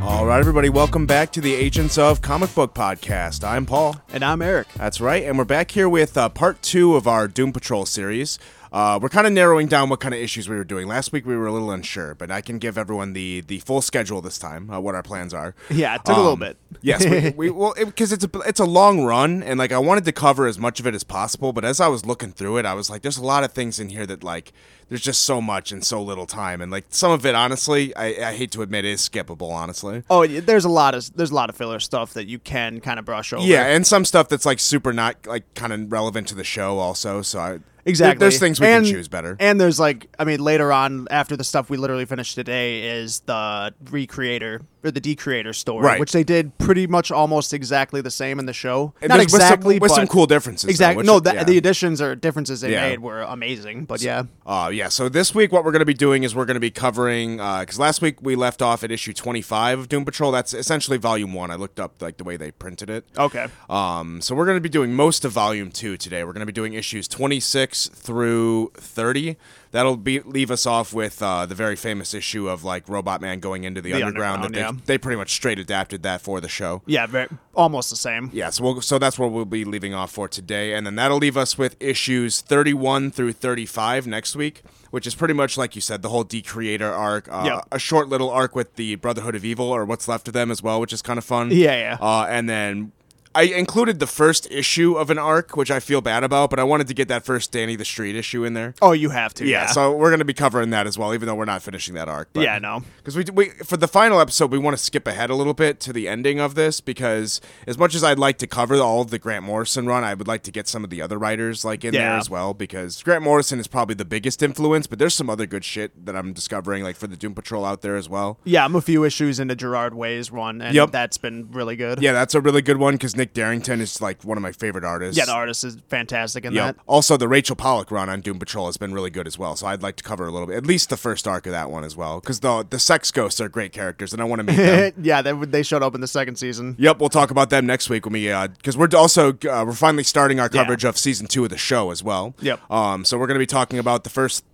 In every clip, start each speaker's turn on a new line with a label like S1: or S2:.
S1: All right, everybody, welcome back to the Agents of Comic Book Podcast. I'm Paul.
S2: And I'm Eric.
S1: That's right, and we're back here with uh, part two of our Doom Patrol series. Uh, we're kind of narrowing down what kind of issues we were doing. Last week we were a little unsure, but I can give everyone the the full schedule this time, uh, what our plans are. Um,
S2: Yeah, it took a little bit.
S1: yes, we, we well because it's a it's a long run, and like I wanted to cover as much of it as possible. But as I was looking through it, I was like, there's a lot of things in here that like there's just so much in so little time, and like some of it, honestly, I, I hate to admit, is skippable. Honestly,
S2: Oh, yeah, there's a lot of there's a lot of filler stuff that you can kind of brush over.
S1: Yeah, and some stuff that's like super not like kind of relevant to the show also. So I
S2: exactly.
S1: there- there's things we
S2: and,
S1: can choose better.
S2: And there's like, I mean, later on after the stuff we literally finished today is the recreator or the decreator story,
S1: Right.
S2: which they did pretty much almost exactly the same in the show.
S1: And
S2: Not
S1: there's- with some-
S2: exactly,
S1: with some,
S2: but-
S1: cool differences. though,
S2: Exactly.
S1: which-
S2: No, that,
S1: yeah.
S2: the additions or differences they
S1: Yeah.
S2: made were amazing. But yeah,
S1: Uh, yeah, so this week what we're going to be doing is we're going to be covering because last week we left off at issue 25 of Doom Patrol. That's essentially volume one. I looked up like the way they printed it.
S2: okay.
S1: Um, so we're going to be doing most of volume two today. We're going to be doing issues 26 through 30. That'll be leave us off with uh, the very famous issue of like Robot Man going into the,
S2: The
S1: underground, that
S2: underground,
S1: they, they pretty much straight adapted that for the show.
S2: Yeah, very, almost the same.
S1: Yeah, so, we'll, so that's where we'll be leaving off for today. And then that'll leave us with issues 31 through 35 next week, which is pretty much, like you said, the whole Decreator arc. Uh,
S2: Yep.
S1: A short little arc with the Brotherhood of Evil, or what's left of them as well, which is kind of fun.
S2: Yeah, yeah.
S1: Uh, and then I included the first issue of an arc, which I feel bad about, but I wanted to get that first Danny the Street issue in there.
S2: Oh, you have to.
S1: Yeah, so we're going to be covering that as well, even though we're not finishing that arc. But
S2: Yeah, I know.
S1: Because we, we for the final episode, we want to skip ahead a little bit to the ending of this because as much as I'd like to cover all of the Grant Morrison run, I would like to get some of the other writers like in there
S2: Yeah.
S1: as well because Grant Morrison is probably the biggest influence, but there's some other good shit that I'm discovering like for the Doom Patrol out there as well.
S2: Yeah, I'm a few issues into Gerard Way's one, and
S1: Yep.
S2: that's been really good.
S1: Yeah, that's a really good one because Nick Darrington is like one of my favorite artists.
S2: Yeah, the artist is fantastic in
S1: Yep.
S2: that.
S1: Also, the Rachel Pollock run on Doom Patrol has been really good as well. So I'd like to cover a little bit, at least the first arc of that one as well, because the the sex ghosts are great characters, and I want to meet them.
S2: yeah, they, they showed up in the second season.
S1: Yep, we'll talk about them next week when we, because we're also uh, we're finally starting our coverage of season two of the show as well.
S2: Yep.
S1: Um, so we're going to be talking about the first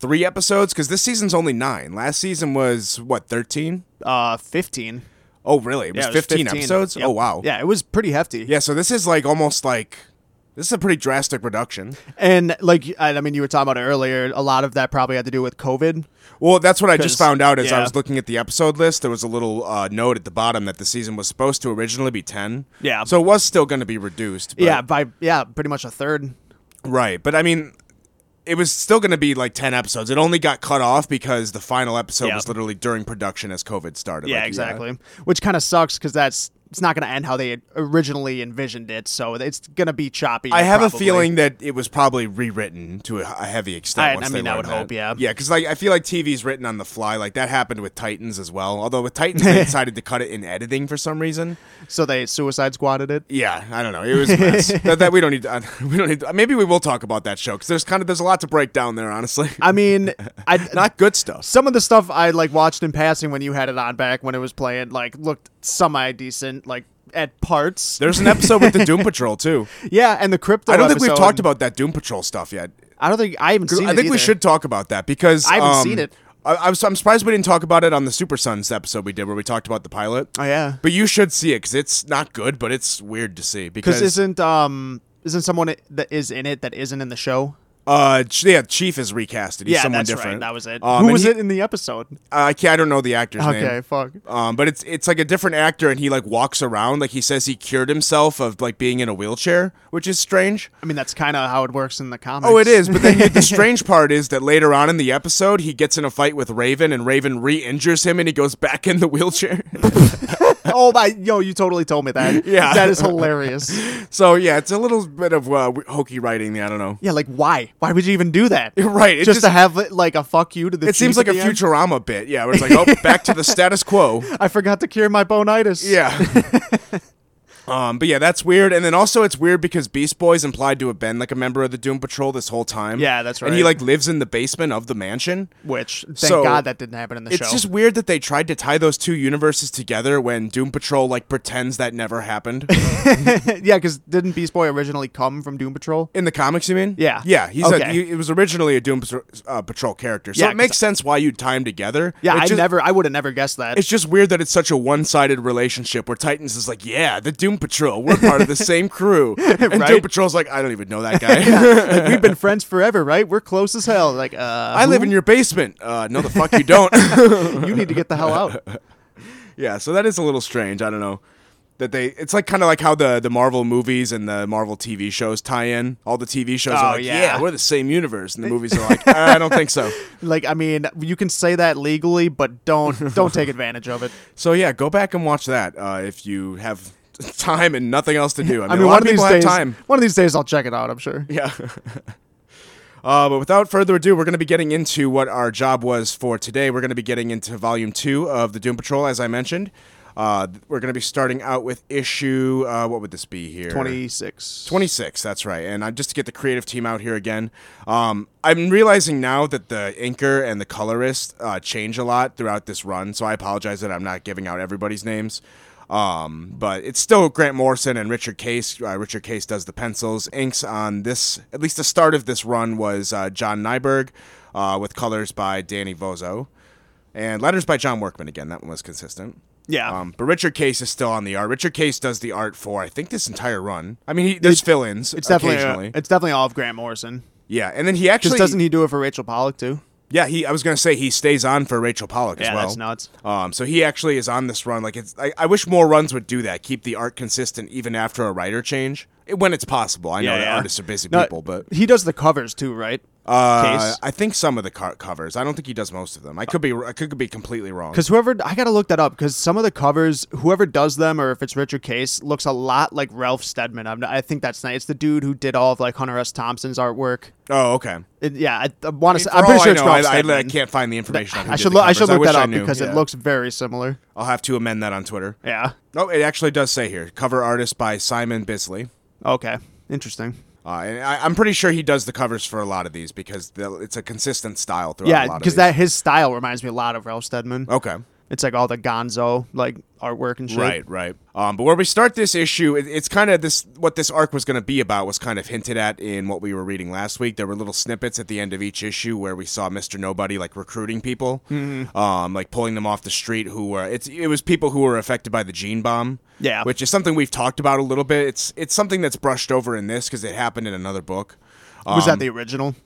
S1: three episodes because this season's only nine. Last season was what thirteen?
S2: Uh, 15.
S1: Oh, really? It was,
S2: Yeah, it was
S1: 15, episodes.
S2: Yep.
S1: Oh, wow.
S2: Yeah, it was pretty hefty.
S1: Yeah. So this is like almost like this is a pretty drastic reduction.
S2: And, like, I, I mean, you were talking about it earlier. A lot of that probably had to do with COVID.
S1: Well, that's what I just
S2: 'Cause-
S1: found out as I
S2: yeah.
S1: was looking at the episode list. There was a little uh, note at the bottom that the season was supposed to originally be 10.
S2: Yeah.
S1: So it was still going to be reduced. But,
S2: yeah, by, yeah, pretty much a third.
S1: Right. But I mean, it was still going to be like 10 episodes. It only got cut off because the final episode
S2: Yeah.
S1: was literally during production as COVID started.
S2: Yeah,
S1: Like,
S2: exactly. Which kind of sucks because that's. It's not going to end how they had originally envisioned it, so it's going to be choppy.
S1: I have a
S2: probably.
S1: feeling that it was probably rewritten to a a heavy extent.
S2: I-
S1: once
S2: I
S1: they
S2: mean, I
S1: learned
S2: would
S1: that.
S2: hope, yeah.
S1: yeah, because like I feel like TV's written on the fly. Like that happened with Titans as well. Although with Titans, they decided to cut it in editing for some reason.
S2: So they Suicide Squatted it.
S1: Yeah, I don't know. It was a mess. that, that we don't need. To, we don't need. To, maybe we will talk about that show because there's kind of there's a lot to break down there. Honestly,
S2: I mean, I,
S1: not good stuff.
S2: some of the stuff I like watched in passing when you had it on back when it was playing like looked semi decent like at parts.
S1: There's an episode with the Doom Patrol too.
S2: yeah, and the crypto.
S1: I don't think we've
S2: episode-
S1: talked about that Doom Patrol stuff yet.
S2: I don't think I haven't seen.
S1: I
S2: it
S1: think we
S2: either.
S1: should talk about that because
S2: I haven't
S1: um,
S2: seen it.
S1: I, I was, I'm surprised we didn't talk about it on the Super Sons episode we did where we talked about the pilot.
S2: Oh yeah,
S1: But you should see it because it's not good, but it's weird to see
S2: because
S1: because
S2: isn't um isn't someone i- that is in it that isn't in the show?
S1: uh Ch- yeah, Chief is recasted. He's
S2: yeah,
S1: someone
S2: that's
S1: different.
S2: right. That was it.
S1: Um,
S2: Who
S1: and
S2: was
S1: he- uh,
S2: it in the episode?
S1: I can't. I don't know the actor's name.
S2: Okay, fuck.
S1: Um, but it's it's like a different actor, and he like walks around like he says he cured himself of like being in a wheelchair, which is strange.
S2: I mean, that's kind of how it works in the comics.
S1: Oh, it is. But then the strange part is that later on in the episode, he gets in a fight with Raven, and Raven re-injures him, and he goes back in the wheelchair.
S2: oh my, yo, you totally told me that.
S1: Yeah.
S2: that is hilarious.
S1: so yeah, it's a little bit of uh, hokey writing. there, I don't know.
S2: yeah, like why? Why would you even do that?
S1: Right, it
S2: Just, to
S1: just-
S2: have like a fuck you to the.
S1: It seems like a
S2: future.
S1: Futurama bit. Yeah, where it's like, oh, back to the status quo.
S2: I forgot to cure my bonitis.
S1: Yeah. Um, but yeah, that's weird. And then also, it's weird because Beast Boy's implied to have been like a member of the Doom Patrol this whole time.
S2: Yeah, that's
S1: And he
S2: right.
S1: like lives in the basement of the mansion.
S2: Which thank
S1: So,
S2: God that didn't happen in the
S1: It's
S2: show.
S1: just weird that they tried to tie those two universes together when Doom Patrol like pretends that never happened.
S2: yeah, because didn't Beast Boy originally come from Doom Patrol?
S1: In the comics, you mean?
S2: Yeah.
S1: Yeah. He's a,
S2: Okay.
S1: he, it was originally a Doom Patro- uh, Patrol character. So
S2: Yeah,
S1: it makes sense why you'd tie him together.
S2: Yeah,
S1: It's
S2: I
S1: just,
S2: never, I would have never guessed that.
S1: It's just weird that it's such a one sided relationship where Titans is like, yeah, the Doom Patrol. We're part of the same crew. And Doom
S2: Right?
S1: Patrol's like, I don't even know that guy.
S2: Like, we've been friends forever, right? We're close as hell. Like, uh,
S1: I live in your basement. Uh, no, the fuck you don't.
S2: you need to get the hell out.
S1: yeah, so that is a little strange. I don't know that they. It's like kind of like how the the Marvel movies and the Marvel TV shows tie in. All the TV shows
S2: Oh,
S1: are like,
S2: yeah.
S1: yeah. we're the same universe, and the movies are like, uh, I don't think so.
S2: Like, I mean, you can say that legally, but don't don't take advantage of it.
S1: So yeah, go back and watch that uh, if you have time and nothing else to do. I mean,
S2: I mean,
S1: a lot
S2: one
S1: of
S2: of these
S1: people
S2: days,
S1: have time.
S2: one of these days, I'll check it out. I'm sure.
S1: Yeah. Uh, but without further ado, we're going to be getting into what our job was for today. We're going to be getting into volume two of the Doom Patrol, as I mentioned. Uh, th- we're going to be starting out with issue. Uh, what would this be here?
S2: Twenty six.
S1: 26 that's right and i just to get the creative team out here again um, i'm realizing now that the inker and the colorist uh, change a lot throughout this run so i apologize that i'm not giving out everybody's names um, but it's still grant morrison and richard case uh, richard case does the pencils inks on this at least the start of this run was uh, john nyberg uh, with colors by danny vozo and letters by john workman again that one was consistent
S2: Yeah.
S1: um, but Richard Case is still on the art. Richard Case does the art for I think this entire run. I mean, he, there's fill-ins
S2: It's definitely uh,
S1: occasionally.
S2: it's definitely all of Grant Morrison.
S1: yeah, and then he
S2: Just
S1: actually
S2: doesn't he do it for Rachel Pollack too?
S1: Yeah, he. I was gonna say he stays on for Rachel Pollack
S2: Yeah,
S1: as well.
S2: that's nuts.
S1: Um, so he actually is on this run. Like it's, I, I wish more runs would do that. Keep the art consistent even after a writer change, It- when it's possible. I know that artists are busy
S2: No,
S1: people, but
S2: he does the covers too, right?
S1: uh,
S2: Case?
S1: I think some of the car- covers. I don't think he does most of them. I could be, I could be completely wrong.
S2: Because whoever I gotta look that up because some of the covers, whoever does them, or if it's Richard Case, looks a lot like Ralph Steadman. I'm, I think that's nice. It's the dude who did all of like Hunter S. Thompson's artwork.
S1: Oh, okay.
S2: It- yeah, I, I want to.
S1: For
S2: say I'm pretty
S1: all
S2: sure
S1: Oh, I
S2: it's
S1: know,
S2: Ralph
S1: I, I,
S2: Steadman.
S1: I can't find the information. on who
S2: I
S1: did
S2: should
S1: the
S2: look. I should
S1: covers.
S2: look
S1: wish
S2: that
S1: I
S2: up
S1: knew.
S2: because
S1: Yeah.
S2: it looks very similar.
S1: I'll have to amend that on Twitter.
S2: Yeah.
S1: No, it actually does say here cover artist by Simon Bisley.
S2: Okay. Interesting.
S1: Uh, and I, I'm pretty sure he does the covers for a lot of these because the, it's a consistent style throughout. a
S2: Yeah,
S1: lot of Oh.
S2: because
S1: these.
S2: that his style reminds me a lot of Ralph Steadman.
S1: Okay.
S2: It's like all the Gonzo like artwork and shit.
S1: Right, right. Um, but where we start this issue, it, it's kind of this what this arc was going to be about was kind of hinted at in what we were reading last week. There were little snippets at the end of each issue where we saw Mister Nobody like recruiting people,
S2: Mm-hmm.
S1: um, like pulling them off the street who were it's it was people who were affected by the gene bomb,
S2: Yeah.
S1: which is something we've talked about a little bit. It's it's something that's brushed over in this because it happened in another book.
S2: Was that the original?
S1: Um,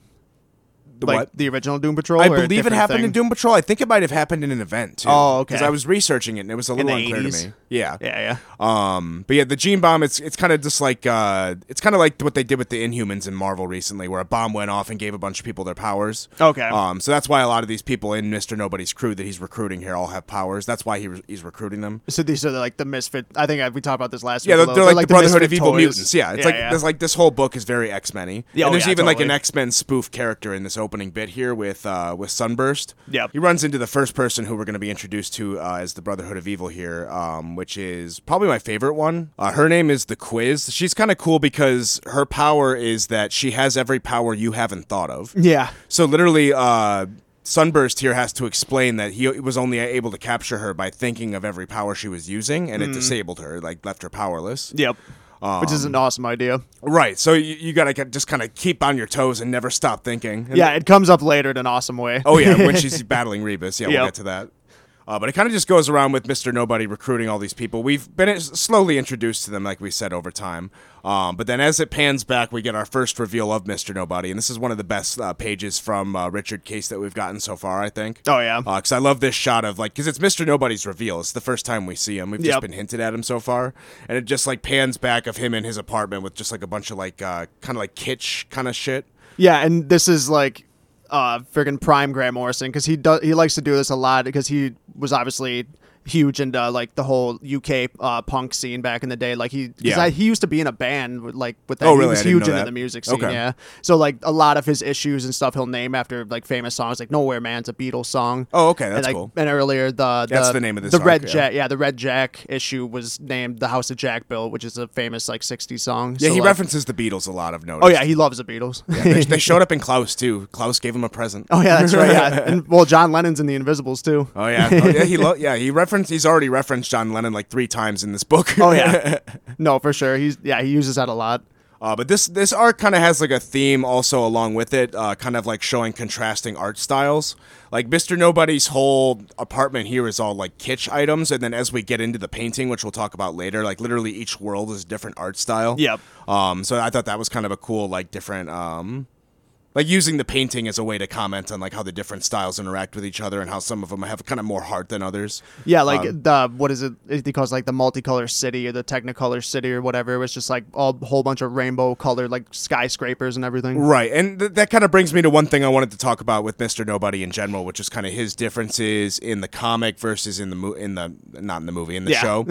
S1: The
S2: like
S1: what?
S2: the original Doom Patrol?
S1: I
S2: or a
S1: believe it
S2: different
S1: happened in
S2: thing?
S1: Doom Patrol. I think it might have happened in an event too.
S2: Oh, okay.
S1: Because I was researching it and it was a little
S2: the
S1: unclear
S2: 80s?
S1: to me. Yeah.
S2: Yeah, yeah.
S1: Um. But yeah, the gene bomb. It's it's kind of just like uh, it's kind of like what they did with the Inhumans in Marvel recently, where a bomb went off and gave a bunch of people their powers.
S2: Okay.
S1: Um. So that's why a lot of these people in Mister Nobody's crew that he's recruiting here all have powers. That's why he re- he's recruiting them.
S2: So these are like the misfit. I think uh, we talked about this last
S1: Yeah,
S2: week.
S1: they're,
S2: a
S1: they're
S2: little.
S1: like, the Brotherhood
S2: misfit
S1: of Evil
S2: toys.
S1: Mutants. Yeah, it's like there's like this whole book is very X Men.
S2: Yeah, oh
S1: and there's
S2: yeah,
S1: even like an
S2: totally.
S1: X Men spoof character in this opening bit here with uh, with Sunburst.
S2: Yep.
S1: he runs into the first person who we're going to be introduced to uh, as the Brotherhood of Evil here, um, which is probably my favorite one. Uh, her name is the Quiz. She's kind of cool because her power is that she has every power you haven't thought of.
S2: yeah,
S1: So literally, uh, Sunburst here has to explain that he was only able to capture her by thinking of every power she was using,
S2: Hmm.
S1: and it disabled her, like left her powerless.
S2: yep.
S1: Um,
S2: Which is an awesome idea.
S1: Right. So you, you gotta get, just kind of keep on your toes and never stop thinking. And-
S2: Yeah, it comes up later in an awesome way.
S1: Oh yeah, when she's battling Rebus. Yeah,
S2: Yep.
S1: we'll get to that. Uh, but it kind of just goes around with Mister Nobody recruiting all these people. We've been s- slowly introduced to them, like we said over time. Um, but then as it pans back, we get our first reveal of Mister Nobody, and this is one of the best uh, pages from uh, Richard Case that we've gotten so far. I think.
S2: Oh, yeah.
S1: Because Uh, I love this shot of like, because it's Mister Nobody's reveal. It's the first time we see him. We've
S2: Yep.
S1: just been hinted at him so far, and it just like pans back of him in his apartment with just like a bunch of like uh, kind of like kitsch kind of shit.
S2: Yeah, and this is like uh friggin' prime Grant Morrison because he does he likes to do this a lot because he was obviously huge into like the whole UK uh, punk scene back in the day. Like he, 'cause
S1: Yeah.
S2: I, he used to be in a band with, like with that.
S1: Oh,
S2: He
S1: really?
S2: was
S1: I didn't
S2: huge
S1: know
S2: into
S1: that.
S2: the music scene.
S1: Okay.
S2: Yeah. So like a lot of his issues and stuff he'll name after like famous songs like Nowhere Man's a Beatles song.
S1: Oh, okay, that's
S2: and, like,
S1: cool.
S2: And earlier the, the
S1: That's the name of this
S2: the
S1: arc,
S2: Red
S1: yeah.
S2: Jack. Yeah, the Red Jack issue was named the House of Jack Built, which is a famous like '60s song.
S1: Yeah,
S2: So,
S1: he
S2: like-
S1: references the Beatles a lot. I've noticed.
S2: Oh yeah, he loves the Beatles.
S1: they, they showed up in Klaus too. Klaus gave him a present.
S2: oh yeah, that's right. Yeah, and well, John Lennon's in the Invisibles too.
S1: Oh yeah, oh, yeah. He lo- yeah he referenced. He's already referenced John Lennon like three times in this book.
S2: Oh yeah, no, for sure. He's yeah, he uses that a lot.
S1: Uh, but this this arc kind of has like a theme also along with it, uh, kind of like showing contrasting art styles. Like Mister Nobody's whole apartment here is all like kitsch items, and then as we get into the painting, which we'll talk about later, like literally each world is a different art style.
S2: Yep.
S1: Um. So I thought that was kind of a cool like different um. Like using the painting as a way to comment on like how the different styles interact with each other and how some of them have kind of more heart than others.
S2: Yeah, like
S1: Um,
S2: the what is it? It calls like the multicolor city or the technicolor city or whatever. It was just like a whole bunch of rainbow colored like skyscrapers and everything.
S1: Right. And th- that kind of brings me to one thing I wanted to talk about with Mr. Nobody in general, which is kind of his differences in the comic versus in the mo- in the not in the movie, in the
S2: Yeah.
S1: show.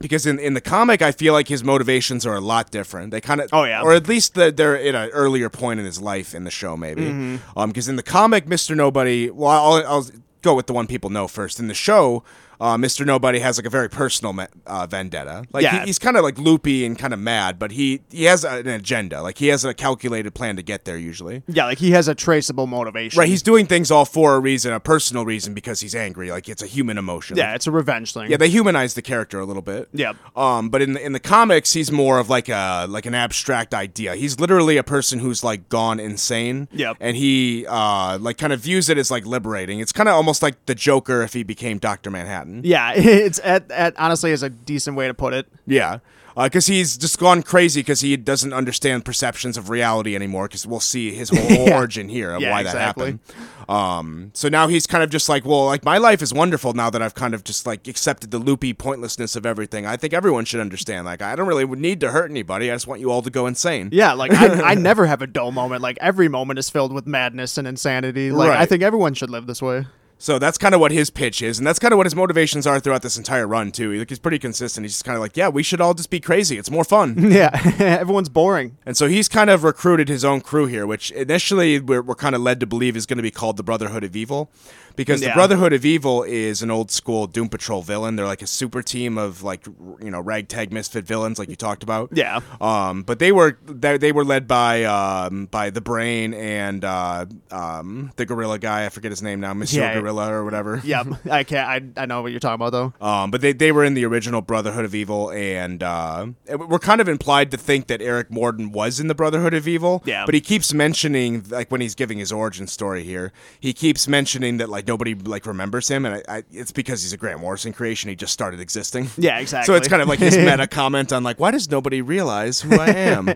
S1: because in, in the comic I feel like his motivations are a lot different. They kind of
S2: Oh, yeah.
S1: or at least they're, they're at an earlier point in his life in the show maybe.
S2: Mm-hmm.
S1: Um cuz in the comic Mr. Nobody, well I'll, I'll go with the one people know first. In the show uh, Mr. Nobody has like a very personal me- uh, vendetta. Like
S2: Yeah.
S1: he, he's kind of like loopy and kind of mad, but he he has an agenda. Like he has a calculated plan to get there usually.
S2: Yeah, like he has a traceable motivation.
S1: Right, he's doing things all for a reason, a personal reason because he's angry. Like it's a human emotion.
S2: yeah, it's a revenge thing.
S1: Yeah, they humanize the character a little bit.
S2: Yep.
S1: Um, but in the, in the comics, he's more of like a like an abstract idea. He's literally a person who's like gone insane.
S2: Yep.
S1: And he uh like kind of views it as like liberating. It's kind of almost like the Joker if he became Doctor Manhattan.
S2: yeah, it's at, at honestly is a decent way to put it.
S1: Yeah. Because he's just gone crazy because he doesn't understand perceptions of reality anymore. Because we'll see his whole origin here of
S2: Yeah,
S1: why
S2: exactly.
S1: that happened. Um, so now he's kind of just like, well, like my life is wonderful now that I've kind of just like accepted the loopy pointlessness of everything. I think everyone should understand. Like, I don't really need to hurt anybody. I just want you all to go insane.
S2: Yeah, like I, I never have a dull moment. Like every moment is filled with madness and insanity. Like I
S1: Right.
S2: think everyone should live this way.
S1: So that's kind of what his pitch is, and that's kind of what his motivations are throughout this entire run too. Like he's pretty consistent. He's just kind of like, yeah, we should all just be crazy. It's more fun.
S2: Yeah, everyone's boring.
S1: And so he's kind of recruited his own crew here, which initially we're, we're kind of led to believe is going to be called the Brotherhood of Evil. Because
S2: Yeah.
S1: the Brotherhood of Evil is an old school Doom Patrol villain. They're like a super team of like, r- you know, ragtag misfit villains like you talked about.
S2: Yeah.
S1: Um, but they were they, they were led by um, by the Brain and uh, um, the Gorilla guy. I forget his name now, Monsieur
S2: Yeah.
S1: Gorilla or whatever.
S2: Yeah, I can't. I I know what you're talking about though.
S1: Um, but they, they were in the original Brotherhood of Evil, and uh, and we're kind of implied to think that Eric Morden was in the Brotherhood of Evil.
S2: Yeah.
S1: But he keeps mentioning, like when he's giving his origin story here, he keeps mentioning that like nobody like remembers him, and I, I, it's because he's a Grant Morrison creation. He just started existing.
S2: Yeah,
S1: So it's
S2: exactly.
S1: kind of like his meta comment on like, why does nobody realize who I am?
S2: Yeah,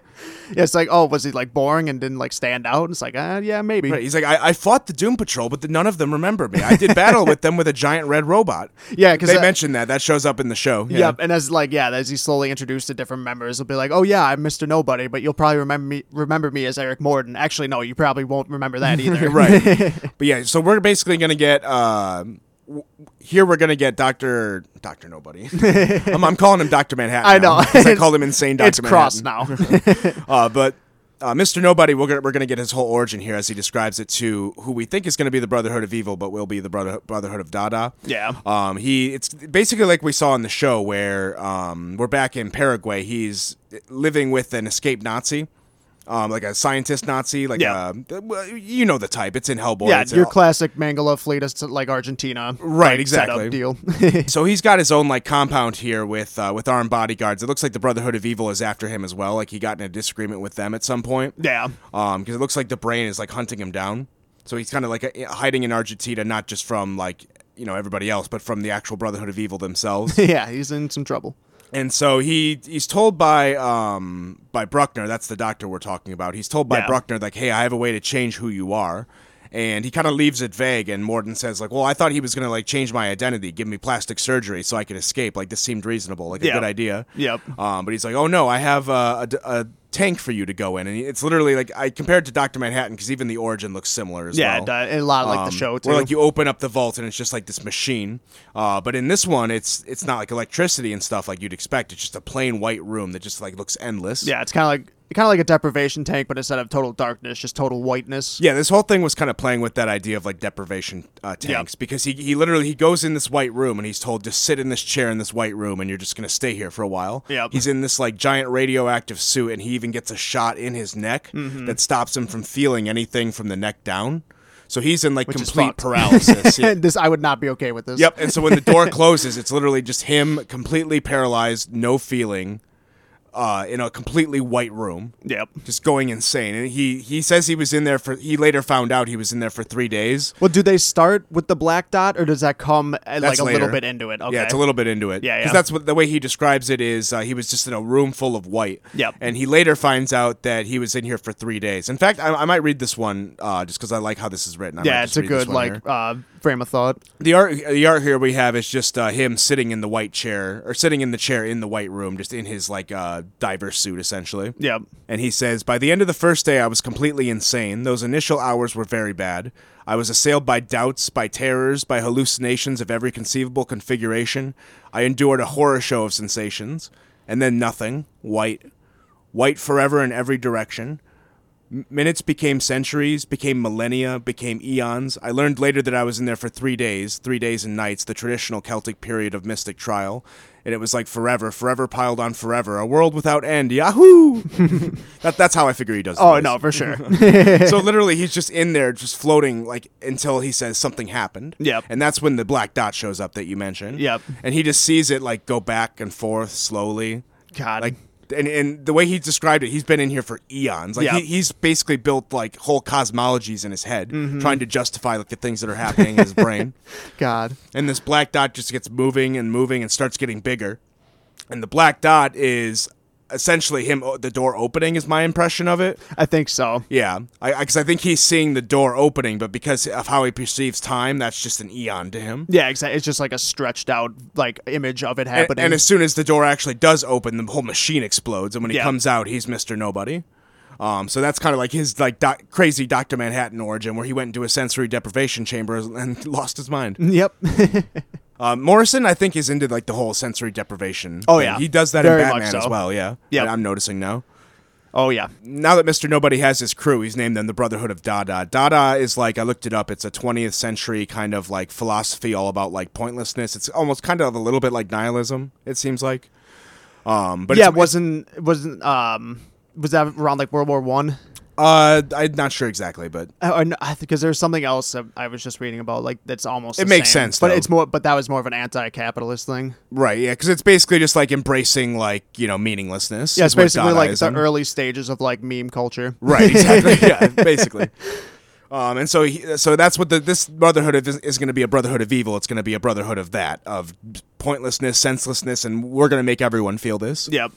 S2: it's like, oh, was he like boring and didn't like stand out? It's like, uh, yeah, maybe.
S1: right. He's like, I, I fought the Doom Patrol, but the, none of them remember me. I did battle with them with a giant red robot.
S2: Yeah, because
S1: They mentioned that. That shows up in the show. Yeah.
S2: Yep, and as like yeah, as he slowly introduced to different members, he'll be like, "Oh yeah, I'm Mr. Nobody, but you'll probably remember me remember me as Eric Morden." Actually, no, you probably won't remember that either.
S1: right but yeah so we're basically gonna get um w- here we're gonna get Doctor Doctor Nobody. I'm, I'm calling him Doctor Manhattan.
S2: I
S1: now,
S2: know.
S1: 'cause I called him Insane Doctor
S2: it's cross now.
S1: Uh, but uh, Mr. Nobody, we're gonna, we're gonna get his whole origin here as he describes it to who we think is gonna be the Brotherhood of Evil, but will be the brother, Brotherhood of Dada.
S2: Yeah.
S1: Um, he it's basically like we saw in the show where um, we're back in Paraguay. He's living with an escaped Nazi. Um, like a scientist Nazi, like
S2: Yeah.
S1: uh, well, you know the type. It's in Hellboy.
S2: yeah,
S1: it's in
S2: your
S1: all-
S2: classic Mangala Fleetus like Argentina.
S1: Right,
S2: like,
S1: exactly.
S2: Setup deal.
S1: So he's got his own like compound here with uh, with armed bodyguards. It looks like the Brotherhood of Evil is after him as well. Like he got in a disagreement with them at some point.
S2: yeah.
S1: Um, because it looks like the brain is like hunting him down. So he's kind of like uh, hiding in Argentina, not just from like you know everybody else, but from the actual Brotherhood of Evil themselves.
S2: Yeah, he's in some trouble.
S1: and so he he's told by um by Bruckner, that's the doctor we're talking about. He's told by
S2: Yeah.
S1: Bruckner like, hey, I have a way to change who you are. And he kind of leaves it vague, and Morden says, like, well, I thought he was gonna like change my identity, give me plastic surgery so I could escape. Like this seemed reasonable, like a
S2: Yeah.
S1: good idea.
S2: Yep.
S1: Um, but he's like, oh no, I have uh, a, d- a tank for you to go in, and it's literally like I compared it to Doctor Manhattan because even the origin looks similar as
S2: yeah,
S1: well.
S2: it does- a lot like the
S1: Um,
S2: show too.
S1: Where like you open up the vault and it's just like this machine. Uh, but in this one, it's it's not like electricity and stuff like you'd expect. It's just a plain white room that just like looks endless.
S2: yeah, it's kind of like kind of like a deprivation tank, but instead of total darkness, just total whiteness.
S1: Yeah, this whole thing was kind of playing with that idea of like deprivation uh, tanks because he, he literally he goes in this white room and he's told just sit in this chair in this white room and you're just gonna stay here for a while.
S2: Yep.
S1: He's in this like giant radioactive suit and he even gets a shot in his neck
S2: Mm-hmm.
S1: that stops him from feeling anything from the neck down. So he's in like
S2: is
S1: complete
S2: fucked.
S1: paralysis. Yeah.
S2: this I would not be okay with this.
S1: Yep. And so when the door closes, it's literally just him completely paralyzed, no feeling, uh, in a completely white room
S2: Yep.
S1: just going insane. And he he says he was in there for. He later found out he was in there for three days.
S2: Well, do they start with the black dot, or does that come uh, like
S1: That's
S2: a little
S1: later.
S2: bit into it? Okay.
S1: Yeah, it's a little bit into it.
S2: Yeah, yeah.
S1: Because that's what the way he describes it is. Uh, he was just in a room full of white.
S2: Yep.
S1: And he later finds out that he was in here for three days. In fact, I, I might read this one uh, just because I like how this is written. I might
S2: yeah,
S1: just
S2: it's a
S1: read this
S2: good
S1: one
S2: like
S1: here.
S2: uh, frame of thought.
S1: the art. The art here we have is just uh, him sitting in the white chair or sitting in the chair in the white room, just in his like uh, diver suit essentially.
S2: Yep.
S1: And he says, By the end of the first day, I was completely insane. Those initial hours were very bad. I was assailed by doubts, by terrors, by hallucinations of every conceivable configuration. I endured a horror show of sensations. And then nothing. White. White forever in every direction. M- minutes became centuries, became millennia, became eons. I learned later that I was in there for three days, three days and nights, the traditional Celtic period of mystic trial. And it was like forever, forever piled on forever, a world without end. Yahoo! that, that's how I figure he does. the
S2: Oh
S1: voice.
S2: no, for sure.
S1: so literally, he's just in there, just floating, like until he says something happened.
S2: Yep.
S1: And that's when the black dot shows up that you mentioned.
S2: Yep.
S1: And he just sees it like go back and forth slowly.
S2: God.
S1: Like and, and the way he described it, he's been in here for eons. Like
S2: Yeah.
S1: he, he's basically built like whole cosmologies in his head, trying to justify like the things that are happening in his brain.
S2: God.
S1: And this black dot just gets moving and moving and starts getting bigger. And the black dot is essentially him o- the door opening is my impression of it.
S2: I think so.
S1: Yeah, I because I, think he's seeing the door opening, but because of how he perceives time, that's just an eon to him.
S2: Yeah, exactly. It's just like a stretched out like image of it
S1: And,
S2: happening.
S1: and as soon as the door actually does open, the whole machine explodes, and when he
S2: Yeah.
S1: comes out, he's Mister Nobody. Um, so that's kind of like his like doc, crazy Doctor Manhattan origin, where he went into a sensory deprivation chamber and lost his mind.
S2: yep.
S1: Um, Morrison, I think, is into like the whole sensory deprivation.
S2: Oh,
S1: thing.
S2: yeah.
S1: he does that
S2: Very
S1: in
S2: much
S1: Batman as
S2: so.
S1: well. Yeah,
S2: Yep.
S1: I'm noticing now.
S2: oh yeah.
S1: now that Mr. Nobody has his crew, he's named them the Brotherhood of Dada. Dada is like I looked it up. It's a 20th century kind of like philosophy, all about like pointlessness. It's almost kind of a little bit like nihilism. It seems like. Um, but
S2: yeah,
S1: yeah,
S2: it wasn't it wasn't um was that around like World War One?
S1: uh, I'm not sure exactly, but
S2: Oh, Because there's something else that I was just reading about, like that's almost.
S1: It
S2: the
S1: makes
S2: same,
S1: sense,
S2: but
S1: though.
S2: it's more. But that was more of an anti-capitalist thing.
S1: right, yeah, because it's basically just like embracing like you know meaninglessness.
S2: Yeah,
S1: is
S2: it's
S1: what
S2: basically like the
S1: Dadaism-
S2: early stages of like meme culture.
S1: Right, exactly. yeah, basically. Um, and so, he, so that's what the, this brotherhood of is, is going to be a brotherhood of evil. It's going to be a brotherhood of that, of pointlessness, senselessness, and we're going to make everyone feel this.
S2: Yep.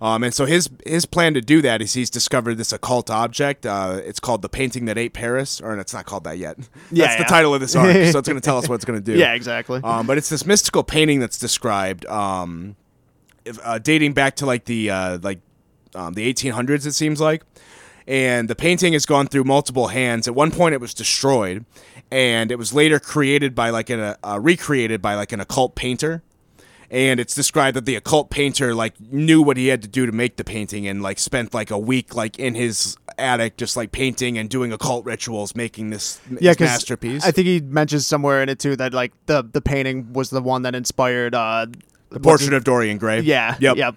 S1: Um, and so his his plan to do that is he's discovered this occult object. Uh, it's called the painting that ate Paris, or it's not called that yet.
S2: Yeah,
S1: That's the
S2: yeah.
S1: title of this arc, so it's going to tell us what it's going to do.
S2: Yeah, exactly.
S1: Um, but it's this mystical painting that's described, um, if, uh, dating back to like the uh, like um, the 1800s. It seems like, and the painting has gone through multiple hands. At one point, it was destroyed, and it was later created by like an uh, uh, recreated by like an occult painter. And it's described that the occult painter like knew what he had to do to make the painting, and like spent like a week like in his attic just like painting and doing occult rituals, making this
S2: yeah, 'cause
S1: masterpiece.
S2: I think he mentions somewhere in it too that like the the painting was the one that inspired uh the
S1: Portrait of Dorian Gray.
S2: Yeah.
S1: Yep.
S2: Yep.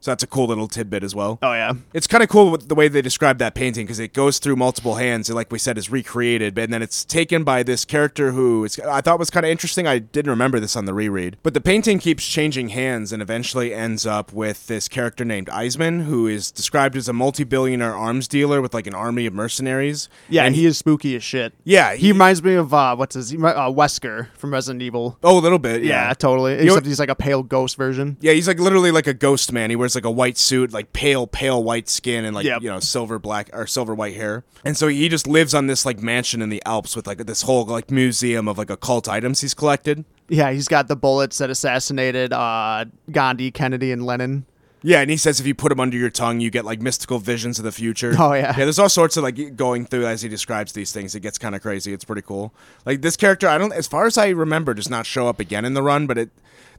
S1: So that's a cool little tidbit as well.
S2: Oh yeah.
S1: It's kind of cool with the way they describe that painting because it goes through multiple hands and, like we said, is recreated, and then it's taken by this character who is, I thought was kind of interesting. I didn't remember this on the reread, but the painting keeps changing hands and eventually ends up with this character named Eisman, who is described as a multi-billionaire arms dealer with like an army of mercenaries.
S2: Yeah,
S1: and
S2: he is spooky as shit.
S1: yeah,
S2: He reminds me of uh, what's his uh, Wesker from Resident Evil.
S1: oh, a little bit,
S2: Yeah, totally. Except he's like a pale ghost version.
S1: Yeah, he's like literally like a ghost man. He wears like a white suit, like pale, pale white skin, and like
S2: Yep.
S1: you know silver black or silver white hair. And so he just lives on this like mansion in the Alps with like this whole like museum of like occult items he's collected.
S2: Yeah, he's got the bullets that assassinated uh, Gandhi, Kennedy, and Lenin.
S1: Yeah, and he says if you put them under your tongue, you get like mystical visions of the future.
S2: Oh, yeah.
S1: yeah. There's all sorts of like going through as he describes these things. It gets kind of crazy. It's pretty cool. Like this character, I don't, as far as I remember, does not show up again in the run. But it,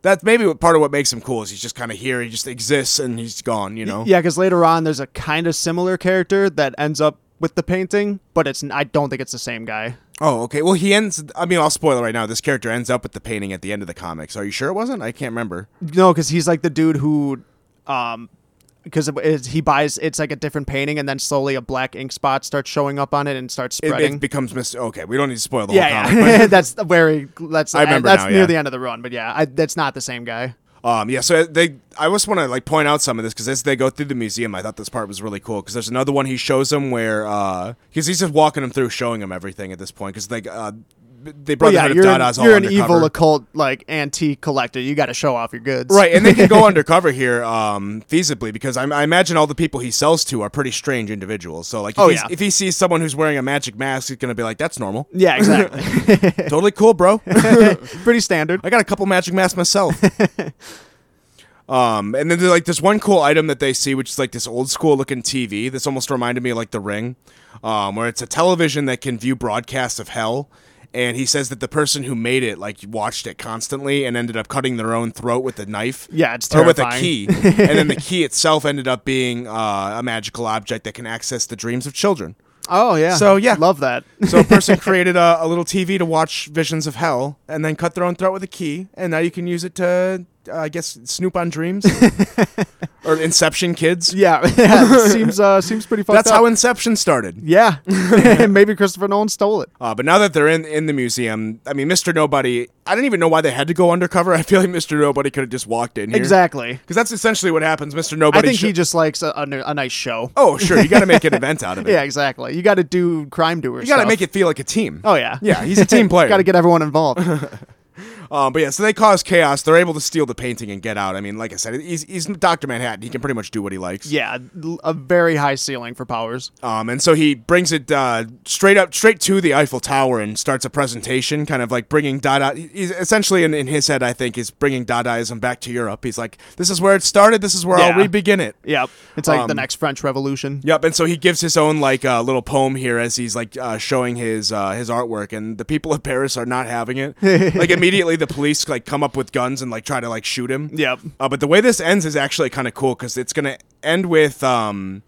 S1: that's maybe what- part of what makes him cool is he's just kind of here. He just exists and he's gone. You know.
S2: Yeah, because later on, there's a kind of similar character that ends up with the painting, but it's I don't think it's the same guy.
S1: Oh, okay. Well, he ends. I mean, I'll spoil it right now. This character ends up with the painting at the end of the comics. Are you sure it wasn't? I can't remember.
S2: No, because he's like the dude who, um, because he buys it's like a different painting, and then slowly a black ink spot starts showing up on it and starts
S1: It,
S2: spreading.
S1: it becomes Mr. Okay, we don't need to spoil the whole
S2: yeah,
S1: comic. but-
S2: yeah. that's very that's
S1: I remember
S2: that's
S1: now,
S2: near
S1: yeah.
S2: the end of the run, but yeah, I, that's not the same guy.
S1: Um, yeah, so they, I just want to like point out some of this because as they go through the museum, I thought this part was really cool because there's another one he shows them where, because he's just walking them through, showing them everything at this point because like uh, they brought
S2: yeah,
S1: the
S2: you're,
S1: head of
S2: an,
S1: Dada's all
S2: you're an
S1: undercover.
S2: evil occult like antique collector. You got to show off your goods,
S1: Right, and they can go undercover here um, feasibly because I, I imagine all the people he sells to are pretty strange individuals. So like, if,
S2: Oh,
S1: he's-
S2: yeah.
S1: if he sees someone who's wearing a magic mask, he's gonna be like, "That's normal,
S2: Yeah, exactly.
S1: totally cool, bro."
S2: Pretty standard.
S1: I got a couple magic masks myself. um, and then there's like this one cool item that they see, which is like this old school looking TV. This almost reminded me of like The Ring, um, where it's a television that can view broadcasts of hell. And he says that the person who made it like watched it constantly and ended up cutting their own throat with a knife.
S2: Yeah, it's
S1: Or with a
S2: terrifying.
S1: key, and then the key itself ended up being uh, a magical object that can access the dreams of children.
S2: Oh yeah.
S1: So, yeah.
S2: love that.
S1: So a person created a, a little TV to watch visions of hell, and then cut their own throat with a key, and now you can use it to, uh, I guess, snoop on dreams or Inception kids.
S2: Yeah, yeah seems uh, seems pretty fucked
S1: That's
S2: up.
S1: how Inception started.
S2: yeah, maybe Christopher Nolan stole it.
S1: Uh, but now that they're in in the museum, I mean, Mr. Nobody, I don't even know why they had to go undercover. I feel like Mr. Nobody could have just walked in here.
S2: Exactly.
S1: Because that's essentially what happens. Mr.
S2: I
S1: Nobody.
S2: think
S1: sho-
S2: he just likes a, a, a nice show.
S1: oh, sure. You got to make an event out of it.
S2: Yeah, exactly. You got to do crime doers.
S1: You got to make it feel like a team.
S2: Oh yeah.
S1: Yeah, he's a team player.
S2: got to get everyone involved.
S1: Um, but yeah, so they cause chaos. They're able to steal the painting and get out. I mean, like I said, he's, he's Dr. Manhattan. He can pretty much do what he likes.
S2: yeah, l- a very high ceiling for powers.
S1: Um, and so he brings it uh, straight up, straight to the Eiffel Tower and starts a presentation, kind of like bringing Dada. He's essentially, in, in his head, I think, is bringing Dadaism back to Europe. He's like, this is where it started. This is where I'll
S2: Yeah.
S1: re begin it.
S2: Yep. It's like the
S1: Um,
S2: next French Revolution.
S1: Yep, and so he gives his own like uh, little poem here as he's like uh, showing his uh, his artwork, and the people of Paris are not having it. like immediately, the police like come up with guns and like try to like shoot him.
S2: Yep.
S1: Uh, but the way this ends is actually kind of cool because it's gonna end with um,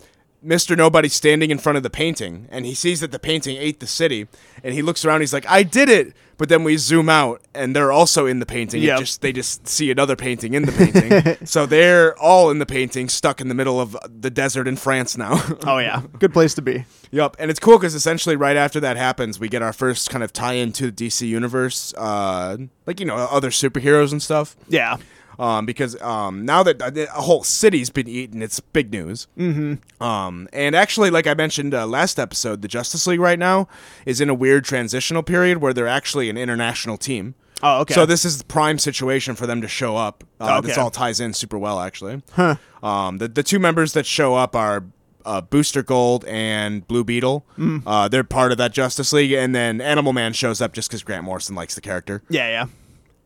S1: Mr. Nobody standing in front of the painting, and he sees that the painting ate the city, and he looks around. He's like, "I did it!" But then we zoom out, and they're also in the painting. It
S2: Yep.
S1: just they just see another painting in the painting. so they're all in the painting, stuck in the middle of the desert in France now.
S2: Oh yeah. Good place to be.
S1: yep, and it's cool because essentially right after that happens, we get our first kind of tie-in to the DC universe, uh, like you know other superheroes and stuff.
S2: Yeah.
S1: Um, because um, now that a a whole city's been eaten, it's big news. Mm-hmm. Um, and actually, like I mentioned uh, last episode, the Justice League right now is in a weird transitional period where they're actually an international team.
S2: Oh, okay.
S1: So this is the prime situation for them to show up. Uh, This
S2: Okay.
S1: all ties in super well, actually. Huh. Um, the the two members that show up are uh, Booster Gold and Blue Beetle.
S2: Mm.
S1: Uh, they're part of that Justice League, and then Animal Man shows up just because Grant Morrison likes the character.
S2: Yeah, yeah.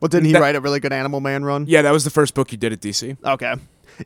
S2: Well, didn't he
S1: That-
S2: write a really good Animal Man run?
S1: Yeah, that was the first book he did at DC.
S2: Okay.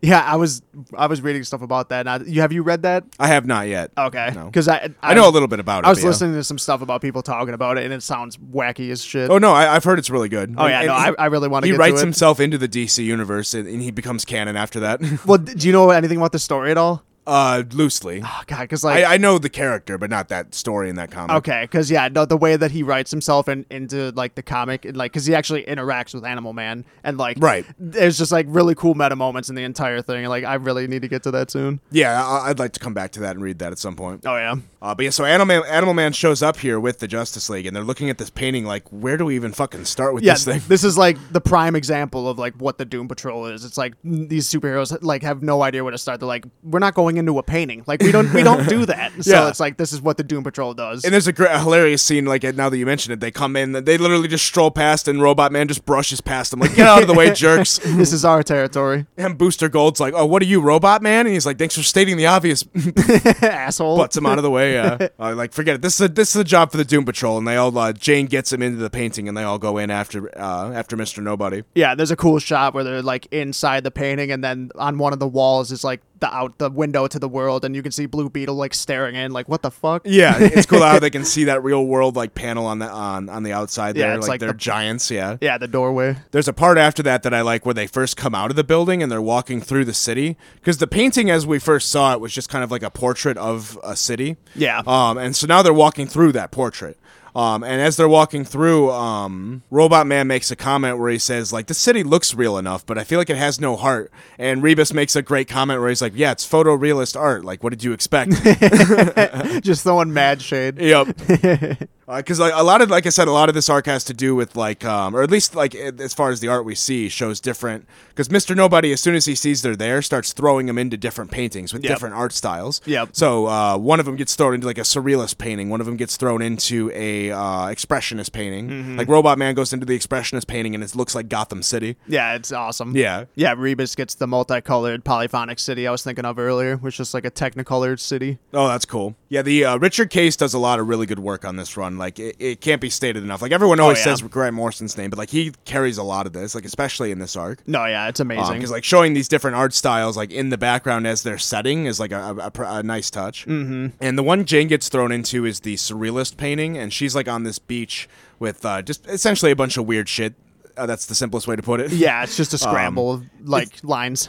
S2: Yeah, I was I was reading stuff about that. And I, you have you read that?
S1: I have not yet.
S2: Okay.
S1: No.
S2: Because I,
S1: I know a little bit about it.
S2: I was
S1: but yeah.
S2: listening to some stuff about people talking about it, and it sounds wacky as shit.
S1: Oh no, I, I've heard it's really good.
S2: Oh, yeah,
S1: And-
S2: no, I-
S1: and
S2: I really wanna
S1: He
S2: get to
S1: writes
S2: it.
S1: himself into the DC universe, and, and he becomes canon after that,
S2: Well, d- do you know anything about the story at all?
S1: uh, loosely.
S2: Oh, God, because
S1: I,
S2: like, Okay, 'cause
S1: I know the character, but not that story in that comic.
S2: okay, because yeah, no, the way that he writes himself in, into like the comic, and like, because he actually interacts with Animal Man, and like,
S1: Right.
S2: there's just like really cool meta moments in the entire thing, and like, I really need to get to that soon.
S1: Yeah, I, I'd like to come back to that and read that at some point.
S2: Oh yeah,
S1: Uh, but yeah, so Animal Man, Animal Man shows up here with the Justice League, and they're looking at this painting like, where do we even fucking start with
S2: yeah.
S1: this thing?
S2: this is like the prime example of like what the Doom Patrol is. It's like n- these superheroes like have no idea where to start. They're like, we're not going going into a painting. Like we don't we don't do that. So it's like this is what the Doom Patrol does.
S1: And there's a, great, a hilarious scene, like now that you mention it, they come in, they literally just stroll past, and Robot Man just brushes past them, like, get out of the way, jerks.
S2: this is our territory,
S1: And Booster Gold's like, oh, what are you, Robot Man? And he's like, thanks for stating the obvious,
S2: asshole.
S1: butts him out of the way. Uh, uh, like, forget it. This is, a, this is a job for the Doom Patrol. And they all, uh, Jane gets him into the painting, and they all go in after, uh, after Mr. Nobody.
S2: yeah, there's a cool shot where they're like inside the painting, and then on one of the walls is like the out the window to the world, and you can see Blue Beetle like staring in, like what the fuck?
S1: Yeah, it's cool how they can see that real world like panel on the on, on the outside
S2: Yeah,
S1: there,
S2: it's
S1: like,
S2: like
S1: they're
S2: the-
S1: giants. Yeah,
S2: Yeah, the doorway.
S1: there's a part after that that I like where they first come out of the building and they're walking through the city because the painting as we first saw it was just kind of like a portrait of a city.
S2: Yeah.
S1: Um, and so now they're walking through that portrait. Um, and as they're walking through, um, Robot Man makes a comment where he says, like, the city looks real enough, but I feel like it has no heart. And Rebus makes a great comment where he's like, yeah, it's photorealist art. Like, what did you expect?
S2: Just throwing mad shade.
S1: Yep. Because Uh, like a lot of, like I said, a lot of this arc has to do with like, um, or at least like a- as far as the art we see shows different. Because Mister Nobody, as soon as he sees they're there, starts throwing them into different paintings with
S2: Yep.
S1: different art styles.
S2: Yep.
S1: So uh, one of them gets thrown into like a surrealist painting. One of them gets thrown into a uh, expressionist painting. Like Robot Man goes into the expressionist painting and it looks like Gotham City.
S2: Yeah, it's awesome.
S1: Yeah.
S2: Yeah, Rebus gets the multicolored polyphonic city I was thinking of earlier, which is like a technicolored city.
S1: Oh, that's cool. Yeah, the uh, Richard Case does a lot of really good work on this run. Like it, it can't be stated enough. Like everyone always
S2: Oh, yeah.
S1: says Grant Morrison's name, but like he carries a lot of this, like especially in this arc.
S2: No, yeah, it's amazing.
S1: Because like showing these different art styles like in the background as they're setting is like a, a- a pr- a nice touch. Mm-hmm. And the one Jane gets thrown into is the surrealist painting, and she's like on this beach with uh, just essentially a bunch of weird shit. Uh, that's the simplest way to put it.
S2: yeah, it's just a scramble of like lines.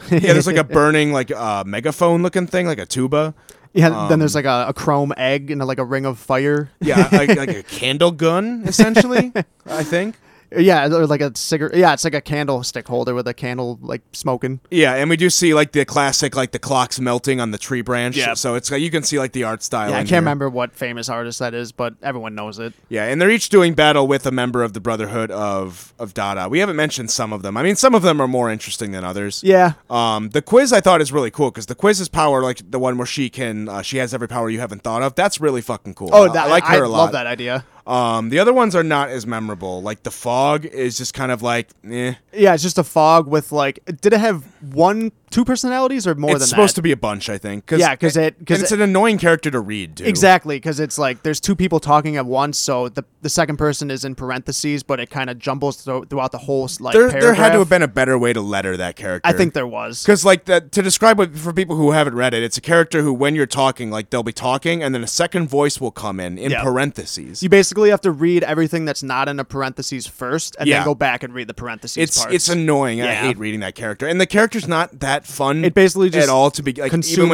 S1: um, Yeah, there's like a burning like uh, megaphone looking thing, like a tuba.
S2: Yeah,
S1: um,
S2: then there's like a, a chrome egg and like a ring of fire.
S1: Yeah, like, like a candle gun, essentially. I think.
S2: Yeah, or like a cigarette. Yeah, it's like a candlestick holder with a candle like smoking.
S1: Yeah, and we do see like the classic, like the clocks melting on the tree branch.
S2: Yeah.
S1: So it's like you can see like the art style.
S2: Yeah, I
S1: in
S2: can't
S1: here.
S2: remember what famous artist that is, but everyone knows it.
S1: Yeah, and they're each doing battle with a member of the Brotherhood of of Dada. We haven't mentioned some of them. I mean, some of them are more interesting than others.
S2: Yeah.
S1: Um, the quiz I thought is really cool because the quiz is power, like the one where she can, uh, she has every power you haven't thought of. That's really fucking cool.
S2: Oh,
S1: I-
S2: that,
S1: I like her a lot.
S2: love that idea.
S1: Um, the other ones are not as memorable. Like the fog is just kind of like, eh.
S2: Yeah, it's just a fog with like. Did it have one, two personalities, or more
S1: it's
S2: than
S1: supposed
S2: that?
S1: to be a bunch, I think. Cause
S2: Yeah, 'cause it- 'cause
S1: and it's
S2: it-
S1: an annoying character to read, too.
S2: Exactly, because it's like there's two people talking at once, so the the second person is in parentheses, but it kind of jumbles thro- throughout the whole s- like
S1: There, there
S2: paragraph.
S1: had to have been a better way to letter that character.
S2: I think there was.
S1: Because like that to describe what for people who haven't read it, it's a character who when you're talking, like they'll be talking, and then a second voice will come in in
S2: Yeah.
S1: parentheses.
S2: You basically have to read everything that's not in a parentheses first, and
S1: Yeah.
S2: then go back and read the parentheses.
S1: It's
S2: parts.
S1: it's annoying. I
S2: Yeah.
S1: hate reading that character, and the character's not that fun.
S2: It basically just
S1: at all to be like even when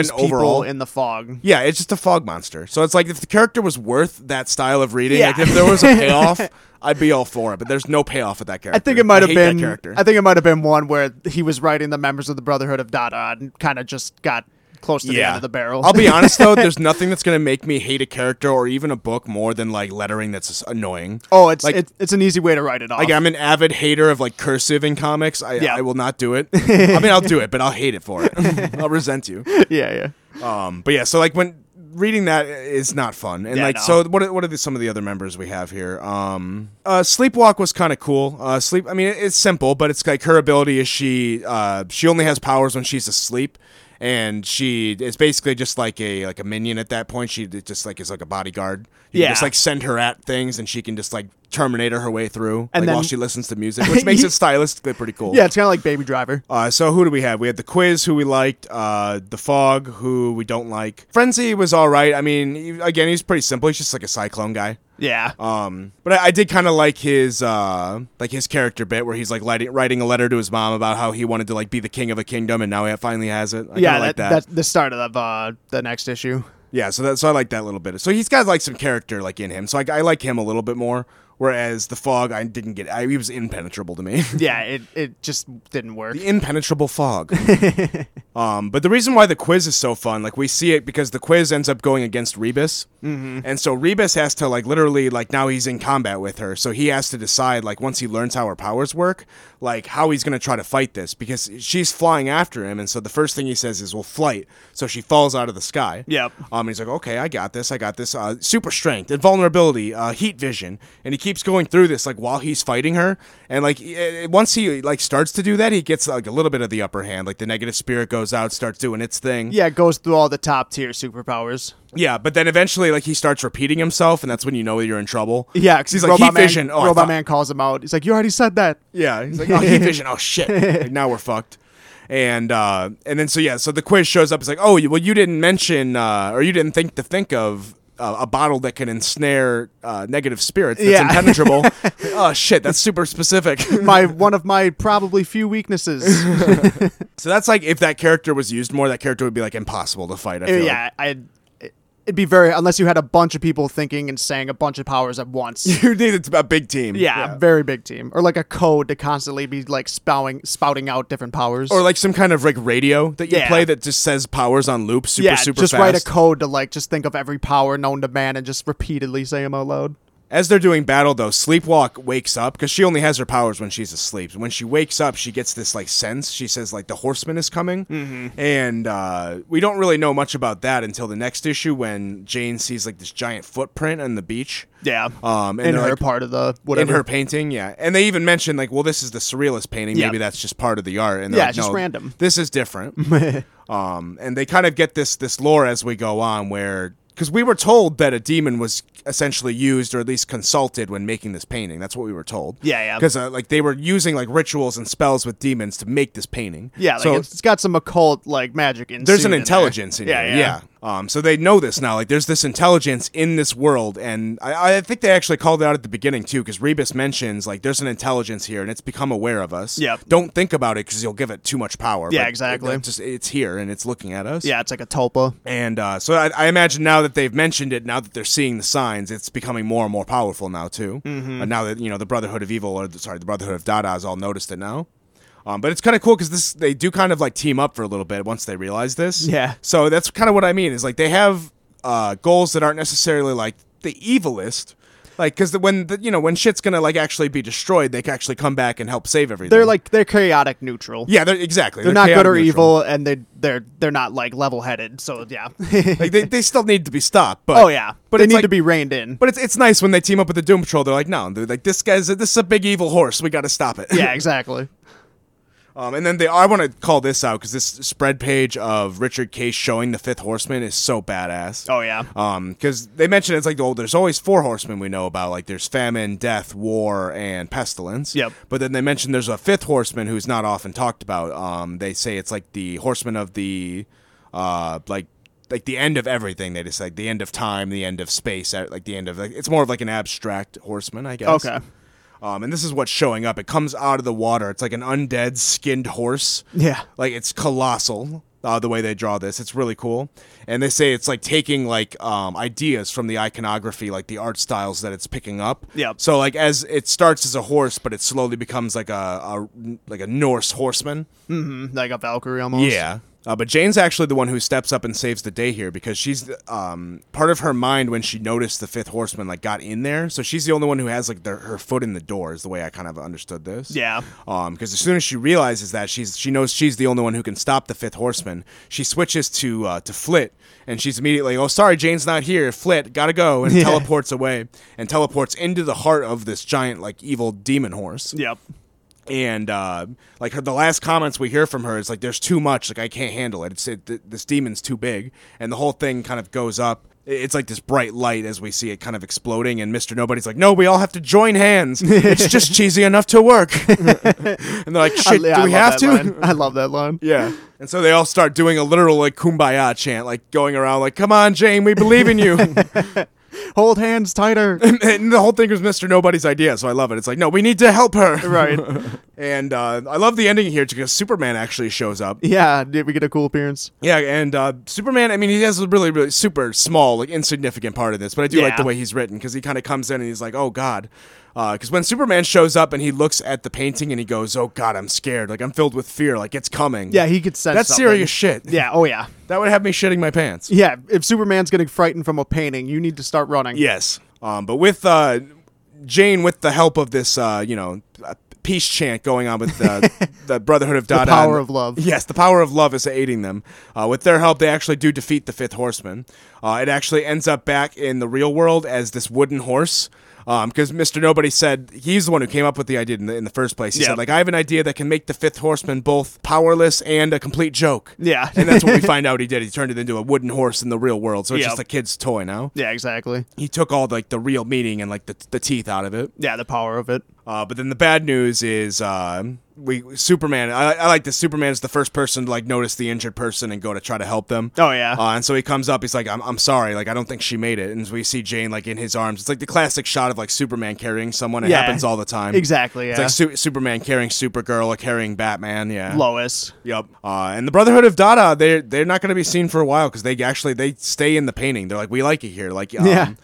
S2: consumes people
S1: overall.
S2: in the fog.
S1: yeah, it's just a fog monster. So it's like if the character was worth that style of reading,
S2: Yeah.
S1: like if there was a payoff, I'd be all for it. But there's no payoff with that character.
S2: I think it might have
S1: hate
S2: been.
S1: that character.
S2: I think it might have been one where he was writing the members of the Brotherhood of Dada and kind of just got close to the end of the barrel.
S1: I'll be honest though, there's nothing that's gonna make me hate a character or even a book more than like lettering that's annoying.
S2: oh, it's,
S1: like-
S2: it's it's an easy way to write it off.
S1: Like I'm an avid hater of like cursive in comics. I
S2: Yeah.
S1: I will not do it. I mean, I'll do it, but I'll hate it for it. I'll resent you.
S2: yeah, yeah.
S1: Um, but yeah, so like when reading that is not fun, and
S2: Yeah,
S1: like
S2: no.
S1: so what are, what are the, some of the other members we have here? Um, uh, Sleepwalk was kind of cool. Uh, sleep. I mean, it- it's simple, but it's like her ability is she uh, she only has powers when she's asleep. And she is basically just like a like a minion at that point. She just like is like a bodyguard. You
S2: Yeah.
S1: can just like send her at things, and she can just like Terminator her way through
S2: And
S1: like, while
S2: then-
S1: she listens to music, which makes it stylistically pretty cool.
S2: Yeah, it's kind of like Baby Driver.
S1: Uh, so who do we have? We had the quiz, who we liked. Uh, the fog, who we don't like. Frenzy was all right. I mean, he, again, he's pretty simple. He's just like a cyclone guy.
S2: Yeah.
S1: Um, but I, I did kind of like his uh, like his character bit where he's like lighting, writing a letter to his mom about how he wanted to like be the king of a kingdom, and now he finally has it. I
S2: yeah,
S1: yeah, like that.
S2: that's the start of uh, the next issue.
S1: Yeah, so that so I like that little bit. So he's got like some character like in him. So I, I like him a little bit more. Whereas the fog, I didn't get. I, he was impenetrable to me.
S2: Yeah, it, it just didn't work.
S1: The impenetrable fog. um, but the reason why the quiz is so fun, like we see it because the quiz ends up going against Rebus, mm-hmm. and so Rebus has to like literally like now he's in combat with her, so he has to decide like once he learns how her powers work, like how he's gonna try to fight this because she's flying after him, and so the first thing he says is, "Well, flight." So she falls out of the sky.
S2: Yep.
S1: Um, he's like, "Okay, I got this. I got this." Uh, super strength, invulnerability, uh, heat vision, and he keeps going through this like while he's fighting her, and like eh, once he like starts to do that, he gets like a little bit of the upper hand. Like the negative spirit goes out, starts doing its thing.
S2: Yeah, it goes through all the top tier superpowers.
S1: Yeah, but then eventually, like he starts repeating himself, and that's when you know you're in trouble.
S2: Yeah,
S1: 'Cause he's like heat
S2: Robot Man,
S1: vision. Oh, I
S2: Robot
S1: thought-
S2: Man calls him out. He's like, "You already said that."
S1: Yeah, he's like, oh, heat vision. Oh shit, like, now we're fucked. And uh, and then so yeah, so the quiz shows up. It's like, oh, you- well, you didn't mention uh, or you didn't think to think of. Uh, a bottle that can ensnare uh, negative spirits that's
S2: Yeah.
S1: impenetrable. oh shit, that's super specific.
S2: My one of my probably few weaknesses.
S1: so that's like if that character was used more, that character would be like impossible to fight. I feel like.
S2: yeah, I. It'd be very unless you had a bunch of people thinking and saying a bunch of powers at once.
S1: you need a t- a big team.
S2: Yeah, very big team, or like a code to constantly be like spouting spouting out different powers.
S1: or like some kind of like radio that you
S2: Yeah.
S1: play that just says powers on loop super
S2: yeah,
S1: super
S2: just
S1: fast.
S2: write a code to like just think of every power known to man and just repeatedly say them out loud.
S1: As they're doing battle though, Sleepwalk wakes up because she only has her powers when she's asleep. When she wakes up, she gets this like sense. She says like the horseman is coming,
S2: Mm-hmm.
S1: and uh, we don't really know much about that until the next issue when Jane sees like this giant footprint on the beach.
S2: Yeah,
S1: Um, and
S2: in
S1: they're,
S2: her
S1: like,
S2: part of the whatever.
S1: in her painting, yeah. And they even mentioned like, well, this is the surrealist painting.
S2: Yeah.
S1: Maybe that's just part of the art. And they're
S2: Yeah,
S1: like,
S2: it's just
S1: no,
S2: random.
S1: This is different. um, and they kind of get this this lore as we go on, where because we were told that a demon was essentially used or at least consulted when making this painting. That's what we were told.
S2: Yeah, yeah.
S1: Because uh, like they were using like rituals and spells with demons to make this painting.
S2: yeah, like
S1: so
S2: it's, it's got some occult like magic in.
S1: there's an intelligence in,
S2: Yeah,
S1: here.
S2: yeah.
S1: Yeah. Um, so they know this now. Like, there's this intelligence in this world, and I, I think they actually called it out at the beginning too, because Rebus mentions like there's an intelligence here, and it's become aware of us.
S2: Yep.
S1: Don't think about it because you'll give it too much power.
S2: Yeah,
S1: but
S2: exactly.
S1: it- just it's here and it's looking at us.
S2: Yeah, it's like a tulpa.
S1: And uh, so I, I imagine now that they've mentioned it, now that they're seeing the signs, it's becoming more and more powerful now too. Mm-hmm. now that you know the Brotherhood of Evil, or the, sorry, the Brotherhood of Dada's all noticed it now. Um, but it's kind of cool because this they do kind of like team up for a little bit once they realize this.
S2: Yeah.
S1: So that's kind of what I mean is like they have uh, goals that aren't necessarily like the evilist. Like, because when the, you know when shit's gonna like actually be destroyed, they can actually come back and help save everything.
S2: They're like they're chaotic neutral.
S1: yeah, they're exactly.
S2: they're, not good
S1: chaotic
S2: or
S1: neutral.
S2: evil, and they they're they're not like level headed. So yeah.
S1: Like they, they still need to be stopped. But
S2: oh yeah,
S1: but
S2: but they
S1: it's
S2: need
S1: like-
S2: to be reined in.
S1: But it's it's nice when they team up with the Doom Patrol. They're like, no, dude, like this guy's a, this is a big evil horse. We got to stop it.
S2: yeah, exactly.
S1: Um, and then they, I want to call this out because this spread page of Richard Case showing the Fifth Horseman is so badass.
S2: Oh yeah.
S1: Um, because they mentioned it's like, oh, there's always four horsemen we know about. Like there's famine, death, war, and pestilence.
S2: Yep.
S1: But then they mentioned there's a fifth horseman who's not often talked about. Um, they say it's like the horseman of the, uh, like. Like the end of everything, they just like the end of time, the end of space, uh, like the end of like it's more of like an abstract horseman, I guess.
S2: Okay.
S1: Um, and this is what's showing up. It comes out of the water. It's like an undead skinned horse.
S2: Yeah.
S1: Like it's colossal. Uh, the way they draw this, it's really cool, and they say it's like taking like um, ideas from the iconography, like the art styles that it's picking up.
S2: Yep.
S1: So like as it starts as a horse, but it slowly becomes like a, a like a Norse horseman.
S2: Mm-hmm. Like a Valkyrie almost.
S1: Yeah. Uh, but Jane's actually the one who steps up and saves the day here because she's um, part of her mind when she noticed the fifth horseman like got in there. So she's the only one who has like the, her foot in the door is the way I kind of understood this.
S2: Yeah.
S1: Um, because as soon as she realizes that she's she knows she's the only one who can stop the fifth horseman, she switches to uh, to Flit, and she's immediately oh sorry Jane's not here Flit gotta go and
S2: Yeah.
S1: teleports away and teleports into the heart of this giant like evil demon horse
S2: Yep.
S1: and uh, like her, the last comments we hear from her is like there's too much like i can't handle it it's it, th- this demon's too big and the whole thing kind of goes up I- it's like this bright light as we see it kind of exploding and mr nobody's like no we all have to join hands it's just cheesy enough to work and they're like
S2: I-
S1: shit
S2: yeah,
S1: do
S2: I
S1: we
S2: love
S1: have
S2: that
S1: to
S2: line. I love that line.
S1: yeah and so they all start doing a literal like kumbaya chant like going around like come on jane we believe in you
S2: Hold hands tighter.
S1: and the whole thing was mr nobody's idea so i love it it's like no we need to help her
S2: right.
S1: And uh, I love the ending here because Superman actually shows up.
S2: Yeah, did we get a cool appearance?
S1: Yeah, and uh, Superman, I mean, he has a really, really super small, like insignificant part of this, but I do like
S2: Yeah.
S1: the way he's written because he kind of comes in and he's like, oh, God. Because when Superman shows up and he looks at the painting and he goes, oh, God, I'm scared. Like, I'm filled with fear. Like, it's coming.
S2: Yeah, he could sense
S1: That's
S2: something.
S1: serious shit.
S2: Yeah, oh yeah.
S1: That would have me shitting my pants.
S2: Yeah, if Superman's getting frightened from a painting, you need to start running.
S1: Yes. Um, but with uh, Jane, with the help of this, uh, you know, uh, peace chant going on with uh, the Brotherhood of Dada.
S2: power
S1: and-
S2: of love.
S1: Yes, the power of love is aiding them. Uh, with their help, they actually do defeat the Fifth Horseman. Uh, it actually ends up back in the real world as this wooden horse. Because Mr. Nobody said he's the one who came up with the idea in the, in the first place. He
S2: Yeah.
S1: said, like, I have an idea that can make the Fifth Horseman both powerless and a complete joke.
S2: Yeah.
S1: and that's what we find out he did. He turned it into a wooden horse in the real world. So it's
S2: Yeah.
S1: just a kid's toy now
S2: Yeah, exactly.
S1: he took all like the real meaning and like the, the teeth out of it.
S2: Yeah, the power of it.
S1: Uh, but then the bad news is uh, we Superman. I, I like this. Superman is the first person to like notice the injured person and go to try to help them.
S2: Oh, yeah.
S1: Uh, and so he comes up. He's like, "I'm I'm sorry. Like I don't think she made it." And we see Jane like in his arms. It's like the classic shot of like Superman carrying someone. It
S2: Yeah.
S1: happens all the time.
S2: Exactly,
S1: It's
S2: yeah.
S1: like su- Superman carrying Supergirl or carrying Batman. Yeah.
S2: Lois.
S1: Yep. Uh, and the Brotherhood of Dada, they're they're not going to be seen for a while because they actually they stay in the painting. They're like, we like it here. Like um,
S2: Yeah.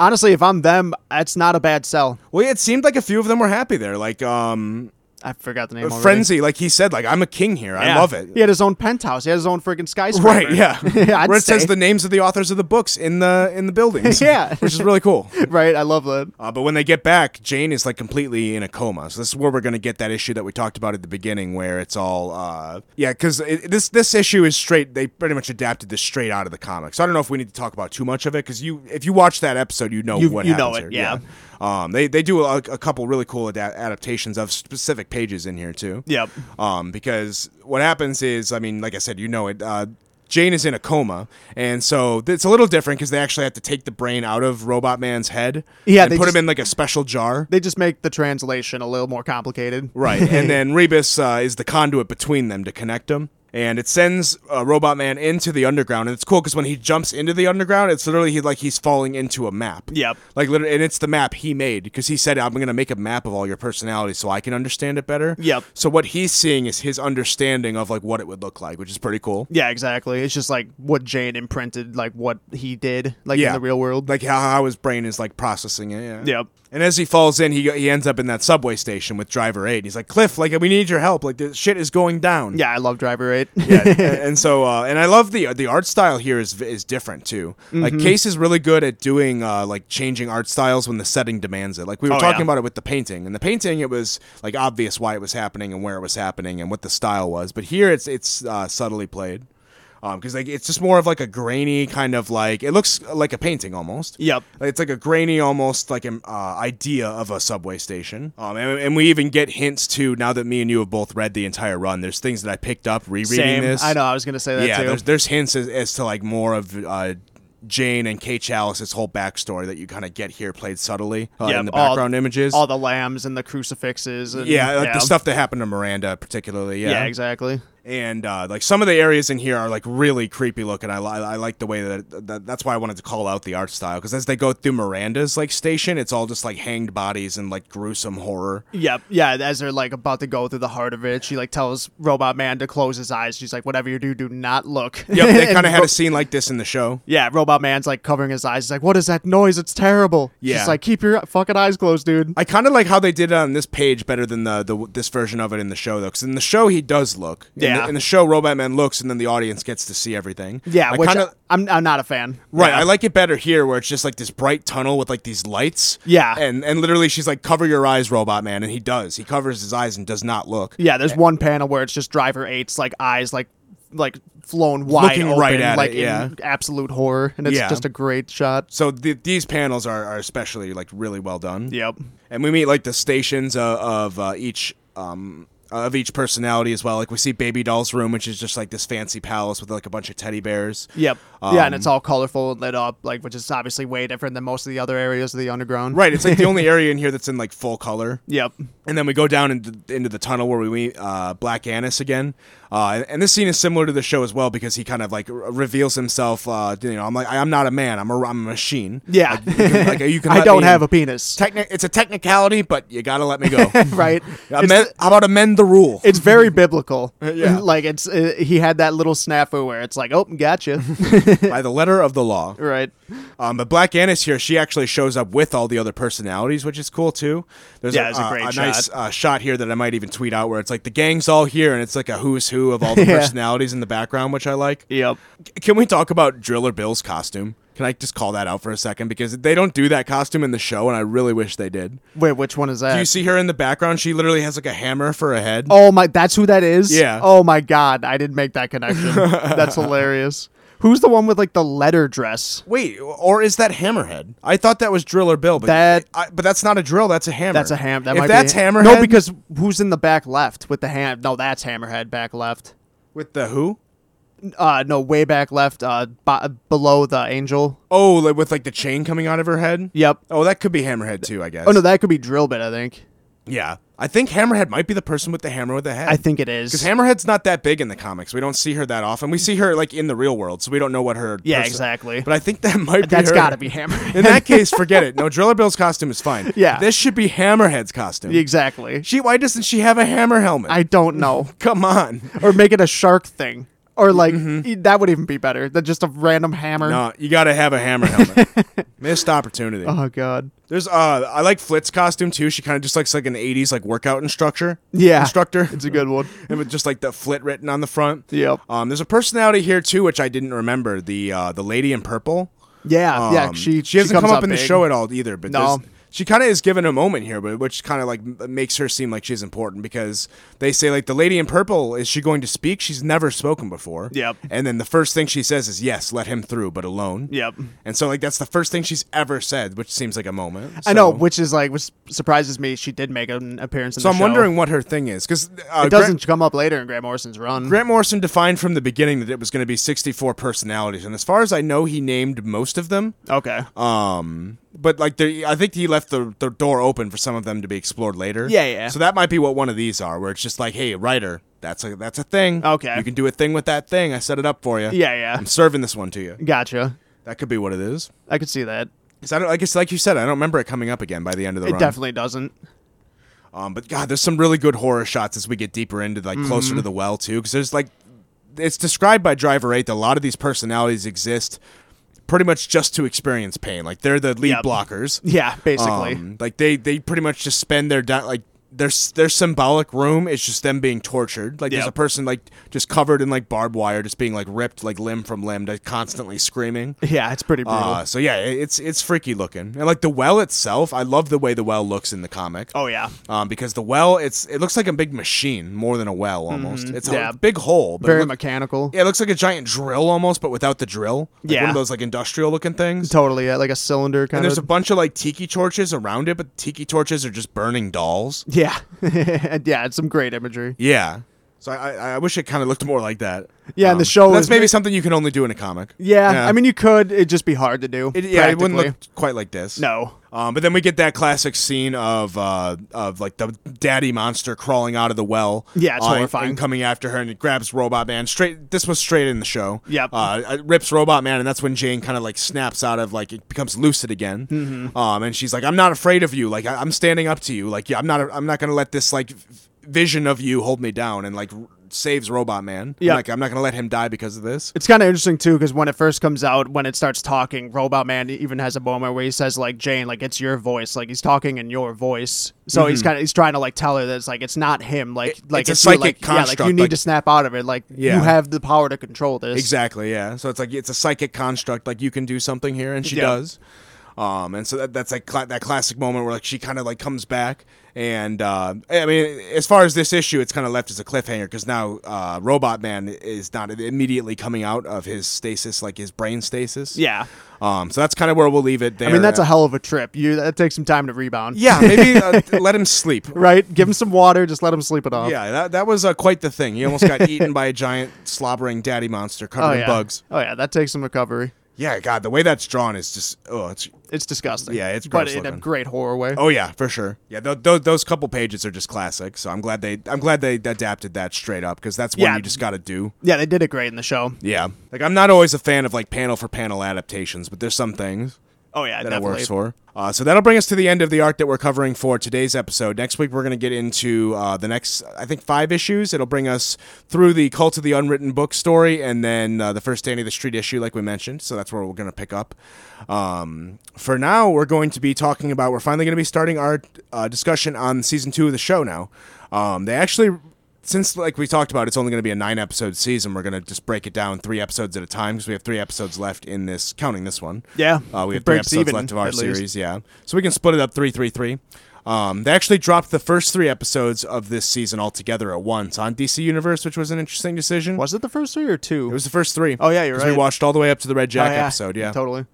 S2: Honestly, if I'm them, that's not a bad sell.
S1: Well, yeah, it seemed like a few of them were happy there. Like, um,
S2: I forgot the name already.
S1: Frenzy, like he said, like, I'm a king here. I love it.
S2: He had his own penthouse. He had his own freaking skyscraper.
S1: Right, yeah.
S2: I'd
S1: Where it
S2: say.
S1: says the names of the authors of the books in the in the buildings.
S2: Yeah.
S1: Which is really cool.
S2: right, I love that.
S1: Uh, but when they get back, Jane is like completely in a coma. So this is where we're going to get that issue that we talked about at the beginning, where it's all, uh, yeah, because this this issue is straight. They pretty much adapted this straight out of the comic. So I don't know if we need to talk about too much of it because you, if you watch that episode, you know
S2: You-
S1: what
S2: you know
S1: happens
S2: it,
S1: here.
S2: yeah.
S1: Um, they they do a, a couple really cool ada- adaptations of specific pages in here too.
S2: Yep.
S1: Um, because what happens is, I mean, like I said, you know it. Uh, Jane is in a coma, and so th- it's a little different because they actually have to take the brain out of Robot Man's head.
S2: Yeah,
S1: and
S2: they
S1: put
S2: just-
S1: him in like a special jar.
S2: They just make the translation a little more complicated.
S1: Right, and then Rebus uh, is the conduit between them to connect them. And it sends uh, Robot Man into the underground, and it's cool because when he jumps into the underground, it's literally he, like he's falling into a map.
S2: Yep.
S1: Like literally, and it's the map he made because he said, "I'm gonna make a map of all your personalities so I can understand it better."
S2: Yep.
S1: So what he's seeing is his understanding of like what it would look like, which is pretty cool.
S2: Yeah, exactly. It's just like what Jane imprinted, like what he did, like in
S1: Yeah.
S2: the real world.
S1: Like how, how his brain is like processing it. Yeah.
S2: Yep.
S1: And as he falls in, he he ends up in that subway station with Driver Eight. He's like, "Cliff, like we need your help. Like the shit is going down."
S2: yeah, I love Driver 8.
S1: yeah, and- and so uh, and I love the the art style here is is different too. Like
S2: Mm-hmm.
S1: Case is really good at doing uh, like changing art styles when the setting demands it. Like we were
S2: Oh,
S1: talking
S2: yeah.
S1: about it with the painting. And the painting, it was like obvious why it was happening and where it was happening and what the style was. But here, it's it's uh, subtly played because like it's just more of like a grainy kind of like it looks like a painting almost.
S2: Yep.
S1: Like, It's like a grainy, almost like an uh, idea of a subway station. Um, and, and we even get hints too. Now that me and you have both read the entire run, there's things that I picked up rereading
S2: Same.
S1: this.
S2: I know, I was going to say that
S1: Yeah,
S2: too.
S1: there's there's hints as, as to like more of uh, Jane and Kate Chalice's whole backstory that you kind of get here, played subtly uh,
S2: Yep,
S1: in the
S2: all-
S1: background images.
S2: All the lambs and the crucifixes. And,
S1: yeah, like the stuff that happened to Miranda, particularly.
S2: Yeah, exactly.
S1: and uh, like some of the areas in here are like really creepy looking. I, li- I like the way that, that that's why I wanted to call out the art style because as they go through Miranda's like station, it's all just like hanged bodies and like gruesome horror.
S2: Yep. Yeah, as they're like about to go through the heart of it, she like tells Robot Man to close his eyes. She's like, "Whatever you do, do not look."
S1: Yep, they
S2: And
S1: kind of had
S2: Ro-
S1: a scene like this in the show.
S2: Yeah, Robot Man's like covering his eyes. He's like, "What is that noise? It's terrible."
S1: Yeah.
S2: She's like, "Keep your fucking eyes closed, dude."
S1: I kind of like how they did it on this page better than the, the this version of it in the show though, because in the show he does look. In the- in
S2: Yeah.
S1: the, show, Robot Man looks, and then the audience gets to see everything.
S2: yeah,
S1: I
S2: which
S1: kinda-
S2: I, am I'm not a fan.
S1: Right,
S2: Yeah.
S1: I like it better here where it's just like this bright tunnel with like these lights.
S2: Yeah.
S1: And and literally she's like cover your eyes robot man and he does. He covers his eyes and does not look.
S2: Yeah, there's one panel where it's just Driver Eight's like eyes like like flown wide
S1: Looking
S2: open,
S1: right at it,
S2: like
S1: yeah.
S2: in absolute horror, and it's
S1: Yeah.
S2: just a great shot.
S1: So th- these panels are, are especially like really well done.
S2: Yep.
S1: And we meet like the stations uh, of uh, each um of each personality as well. Like we see Baby Doll's room which is just like this fancy palace with like a bunch of teddy bears.
S2: Yep. yeah,
S1: Um,
S2: and it's all colorful and lit up, like which is obviously way different than most of the other areas of the underground.
S1: Right, it's like the only area in here that's in like full color.
S2: Yep.
S1: And then we go down into, into the tunnel where we meet uh, Black Annis again. Uh, and, and this scene is similar to the show as well because he kind of like r- reveals himself. Uh, you know, I'm like, I'm not a man. I'm a, I'm a machine.
S2: Yeah.
S1: Like, you can, like, you can
S2: I
S1: let
S2: don't
S1: me
S2: have
S1: in.
S2: a penis.
S1: Techni- it's a technicality, but you gotta let me go.
S2: right. It's,
S1: Amend- how about amend the rule?
S2: it's very biblical.
S1: Yeah.
S2: Like it's uh, he had that little snafu where it's like, "Oh, gotcha."
S1: By the letter of the law.
S2: right.
S1: Um, but Black Annis here, she actually shows up with all the other personalities, which is cool too. There's
S2: Yeah, it's a
S1: uh,
S2: great
S1: nice uh, shot here that I might even tweet out where it's like the gang's all here and it's like a who's who of all the
S2: Yeah.
S1: personalities in the background, which I like.
S2: Yep.
S1: C- Can we talk about Driller Bill's costume? Can I just call that out for a second because they don't do that costume in the show, and I really wish they did.
S2: Wait, which one is that?
S1: Do you see her in the background? She literally has like a hammer for a head.
S2: Oh my, that's who that is.
S1: Yeah.
S2: Oh my god, I didn't make that connection. that's hilarious. Who's the one with like the letter dress?
S1: Wait, or is that Hammerhead? I thought that was Driller Bill, but
S2: That-
S1: I, but that's not a drill. That's a hammer.
S2: That's a ham. That
S1: if
S2: might
S1: that's
S2: be,
S1: Hammerhead,
S2: No, because who's in the back left with the ham? No, that's Hammerhead back left.
S1: with the who?
S2: Uh, no, way back left. Uh, bo- below the angel.
S1: Oh, like with like the chain coming out of her head.
S2: Yep.
S1: Oh, that could be Hammerhead too, I guess.
S2: Oh no, that could be drill bit. I think.
S1: yeah, I think Hammerhead might be the person with the hammer with the head.
S2: I think it is.
S1: because Hammerhead's not that big in the comics. We don't see her that often. We see her like in the real world, so we don't know what her.
S2: yeah,
S1: perso-
S2: exactly.
S1: But I think that might be.
S2: That's
S1: her.
S2: got to be Hammerhead.
S1: In that case, forget it. No, Driller Bill's costume is fine.
S2: Yeah.
S1: this should be Hammerhead's costume.
S2: exactly.
S1: She why doesn't she have a hammer helmet?
S2: I don't know.
S1: Come on.
S2: or make it a shark thing. Or like e- that would even be better than just a random hammer.
S1: Mm-hmm. No, you gotta have a hammer helmet. Missed opportunity.
S2: Oh god.
S1: There's uh, I like Flit's costume too. She kind of just looks like an '80s like workout instructor.
S2: Yeah.
S1: instructor.
S2: It's a good one.
S1: and with just like the Flit written on the front.
S2: Yep.
S1: Um, there's a personality here too, which I didn't remember. The uh, the lady in purple.
S2: Yeah, yeah.
S1: Um,
S2: She
S1: she hasn't
S2: comes
S1: come up in the
S2: big.
S1: show at all either. But
S2: No.
S1: there's- she kind of is given a moment here, but which kind of like m- makes her seem like she's important because they say like the lady in purple is she going to speak? She's never spoken before.
S2: Yep.
S1: And then the first thing she says is yes, let him through, but alone.
S2: Yep.
S1: And so like that's the first thing she's ever said, which seems like a moment.
S2: I know,
S1: So-
S2: which is like which surprises me. She did make an appearance. in
S1: So
S2: the
S1: I'm
S2: show.
S1: wondering what her thing is because uh,
S2: It
S1: Grant-
S2: doesn't come up later in Grant Morrison's run.
S1: Grant Morrison defined from the beginning that it was going to be 64 personalities, and as far as I know, he named most of them.
S2: okay.
S1: Um, but like, there- I think he left the, the door open for some of them to be explored later.
S2: Yeah, yeah.
S1: So that might be what one of these are, where it's just like, hey, writer, that's a that's a thing.
S2: Okay.
S1: you can do a thing with that thing. I set it up for you.
S2: Yeah, yeah.
S1: I'm serving this one to you.
S2: Gotcha.
S1: That could be what it is.
S2: I could see that.
S1: 'Cause I don't, I guess, like you said, I don't remember it coming up again by the end of the
S2: It
S1: run.
S2: definitely doesn't.
S1: Um, but God, there's some really good horror shots as we get deeper into like closer
S2: Mm-hmm.
S1: to the well too, because there's like it's described by Driver Eight that a lot of these personalities exist pretty much just to experience pain. Like they're the lead
S2: Yep.
S1: blockers.
S2: Yeah, basically.
S1: Um, like they they pretty much just spend their di- like their s- their symbolic room is just them being tortured. Like there's
S2: Yep.
S1: a person like just covered in like barbed wire, just being like ripped like limb from limb, just constantly screaming.
S2: yeah, it's pretty brutal.
S1: Uh, so yeah, it- it's it's freaky looking, and like the well itself, I love the way the well looks in the comic
S2: oh yeah.
S1: um, because the well it's it looks like a big machine more than a well almost. It's a
S2: Mm-hmm. Yeah.
S1: big hole, but it
S2: Very
S1: look-
S2: mechanical.
S1: yeah, it looks like a giant drill almost, but without the drill. Like one
S2: Yeah.
S1: of those like industrial looking things.
S2: Totally. Yeah, like a cylinder
S1: And
S2: kind
S1: there's
S2: of.
S1: a bunch of like tiki torches around it, but tiki torches are just burning dolls.
S2: yeah. And yeah, it's some great imagery.
S1: Yeah. So I, I, I wish it kind of looked more like that. Um,
S2: Yeah, and the show
S1: That's
S2: is-
S1: maybe something you can only do in a comic.
S2: Yeah, I mean you could, it'd just be hard to do.
S1: it, yeah, it wouldn't
S2: practically.
S1: look quite like this.
S2: No.
S1: Um, but then we get that classic scene of uh, of like the daddy monster crawling out of the well.
S2: Yeah, it's
S1: uh, and-
S2: horrifying.
S1: And coming after her and it grabs Robot Man straight. This was straight in the show.
S2: Yep.
S1: Uh, it rips Robot Man, and that's when Jane kind of like snaps out of like it becomes lucid again.
S2: Mm-hmm.
S1: Um, and she's like, "I'm not afraid of you. Like I- I'm standing up to you. Like yeah, I'm not. I'm not gonna let this like v- vision of you hold me down." And like r- saves Robot Man. I'm
S2: Yep.
S1: Like I'm not gonna let him die because of this.
S2: It's kind of interesting too, because when it first comes out, when it starts talking, Robot Man even has a moment where he says like Jane, like it's your voice, like he's talking in your voice. So he's kind of he's trying to like tell her that it's like it's not him, like like
S1: it's a
S2: you,
S1: psychic
S2: like, yeah, like
S1: construct,
S2: you need
S1: like-
S2: to snap out of it, like
S1: Yeah.
S2: you have the power to control this.
S1: Exactly, yeah. So it's like it's a psychic construct, like you can do something here, and she
S2: Yeah.
S1: does. Um, and so that, that's like cla that classic moment where like she kind of like comes back, and uh, I mean, as far as this issue, it's kind of left as a cliffhanger because now uh, Robot Man is not immediately coming out of his stasis, like his brain stasis.
S2: Yeah.
S1: Um, so that's kind of where we'll leave it. There.
S2: I mean, that's a hell of a trip. You that takes some time to rebound.
S1: yeah. Maybe uh, let him sleep.
S2: Right. Give him some water. Just let him sleep it off.
S1: Yeah, that, that was uh, quite the thing. He almost got eaten by a giant slobbering daddy monster covered
S2: Oh
S1: in
S2: yeah.
S1: bugs.
S2: Oh yeah. That takes some recovery.
S1: Yeah, God, the way that's drawn is just oh, it's
S2: It's disgusting.
S1: Yeah, it's
S2: but
S1: gross
S2: in a
S1: looking.
S2: great horror way.
S1: oh yeah, for sure. Yeah, th- th- those couple pages are just classic. So I'm glad they I'm glad they adapted that straight up because that's what
S2: Yeah.
S1: you just got to do.
S2: Yeah, they did it great in the show.
S1: Yeah, like I'm not always a fan of like panel for panel adaptations, but there's some things
S2: Oh yeah,
S1: that
S2: definitely.
S1: it works for. Uh, so that'll bring us to the end of the arc that we're covering for today's episode. Next week, we're going to get into uh, the next, I think, five issues. It'll bring us through the Cult of the Unwritten Book story and then uh, the first Danny the Street issue, like we mentioned. So that's where we're going to pick up. Um, for now, we're going to be talking about, we're finally going to be starting our uh, discussion on season two of the show now. Um, they actually since like we talked about it's only going to be a nine episode season we're going to just break it down three episodes at a time because we have three episodes left in this counting this one
S2: Yeah.
S1: uh, we
S2: It
S1: have three
S2: breaks
S1: episodes
S2: even,
S1: left of our
S2: at least.
S1: series yeah so we can split it up three three three um, they actually dropped the first three episodes of this season altogether at once on dc universe which was an interesting decision
S2: Was it the first three or two?
S1: it was the first three.
S2: Oh, yeah, you're
S1: 'Cause we
S2: right.
S1: watched all the way up to the red
S2: Oh,
S1: jack episode yeah
S2: Totally.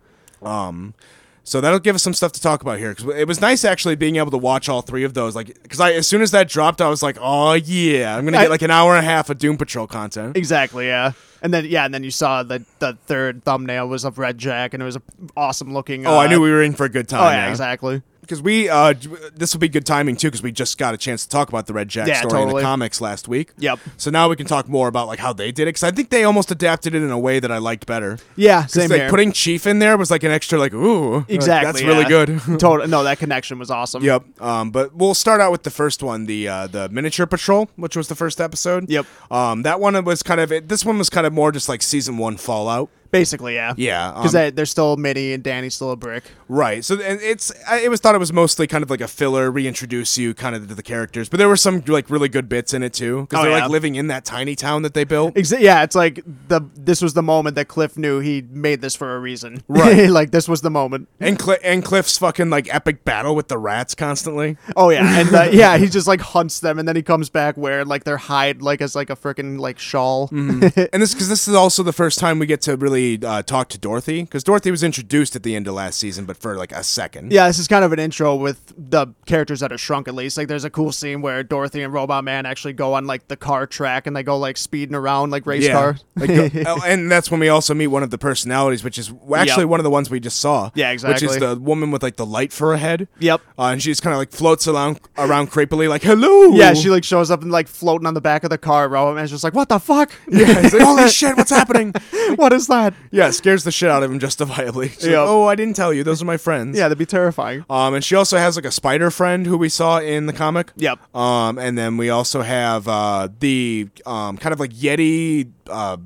S1: so that'll give us some stuff to talk about here because it was nice actually being able to watch all three of those. Like, because I as soon as that dropped, I was like, oh yeah, I'm gonna
S2: I-
S1: get like an hour and a half of Doom Patrol content.
S2: Exactly, yeah. And then yeah, and then you saw the the third thumbnail was of Red Jack and it was a awesome looking
S1: Oh, I knew
S2: we
S1: we were in for a good time.
S2: uh, Oh yeah, exactly.
S1: Because we, uh, d- this will be good timing too, because we just got a chance to talk about the Red Jack
S2: Yeah,
S1: story in the
S2: totally.
S1: comics last week.
S2: Yep.
S1: So now we can talk more about like how they did it, because I think they almost adapted it in a way that I liked better.
S2: Yeah,
S1: 'Cause,
S2: same
S1: like
S2: here.
S1: putting Chief in there was like an extra like ooh like,
S2: exactly.
S1: that's really good.
S2: Total. No, that connection was awesome.
S1: Yep. Um, but we'll start out with the first one, the uh, the miniature patrol, which was the first episode.
S2: Yep.
S1: Um, that one was kind of it, this one was kind of more just like season one fallout.
S2: Basically, yeah.
S1: Yeah,
S2: Because
S1: um,
S2: they, they're still Mitty and Danny's still a brick.
S1: Right. So and it's I, it was thought it was mostly kind of like a filler, reintroduce you kind of to the characters, but there were some like really good bits in it too because
S2: Oh,
S1: they're
S2: yeah.
S1: like living in that tiny town that they built.
S2: Exa- yeah, it's like the this was the moment that Cliff knew he made this for a reason.
S1: Right.
S2: like this was the moment.
S1: And, Cl- and Cliff's fucking like epic battle with the rats constantly.
S2: Oh yeah, and uh, yeah, he just like hunts them, and then he comes back wearing like their hide, like as like a freaking like shawl.
S1: and this because this is also the first time we get to really uh, talk to Dorothy because Dorothy was introduced at the end of last season, but for like a second.
S2: Yeah, this is kind of an intro with the characters that are shrunk at least. Like there's a cool scene where Dorothy and Robot Man actually go on like the car track and they go like speeding around like race cars.
S1: Like, uh, oh, and that's when we also meet one of the personalities, which is actually
S2: Yep.
S1: one of the ones we just saw.
S2: Yeah,
S1: Which is
S2: exactly.
S1: the woman with like the light for a head.
S2: Yep.
S1: Uh, and she just kind of like floats around around creepily, like hello.
S2: yeah, she like shows up and like floating on the back of the car. Robot Man's just like, what the fuck?
S1: yeah, it's like, holy shit, what's happening?
S2: what is that?
S1: Yeah, it scares the shit out of him justifiably. She's like,
S2: Yep.
S1: oh, I didn't tell you; those are my friends.
S2: Yeah, that'd be terrifying.
S1: Um, and she also has like a spider friend who we saw in the comic.
S2: Yep.
S1: Um, and then we also have uh, the um, kind of like Yeti uh,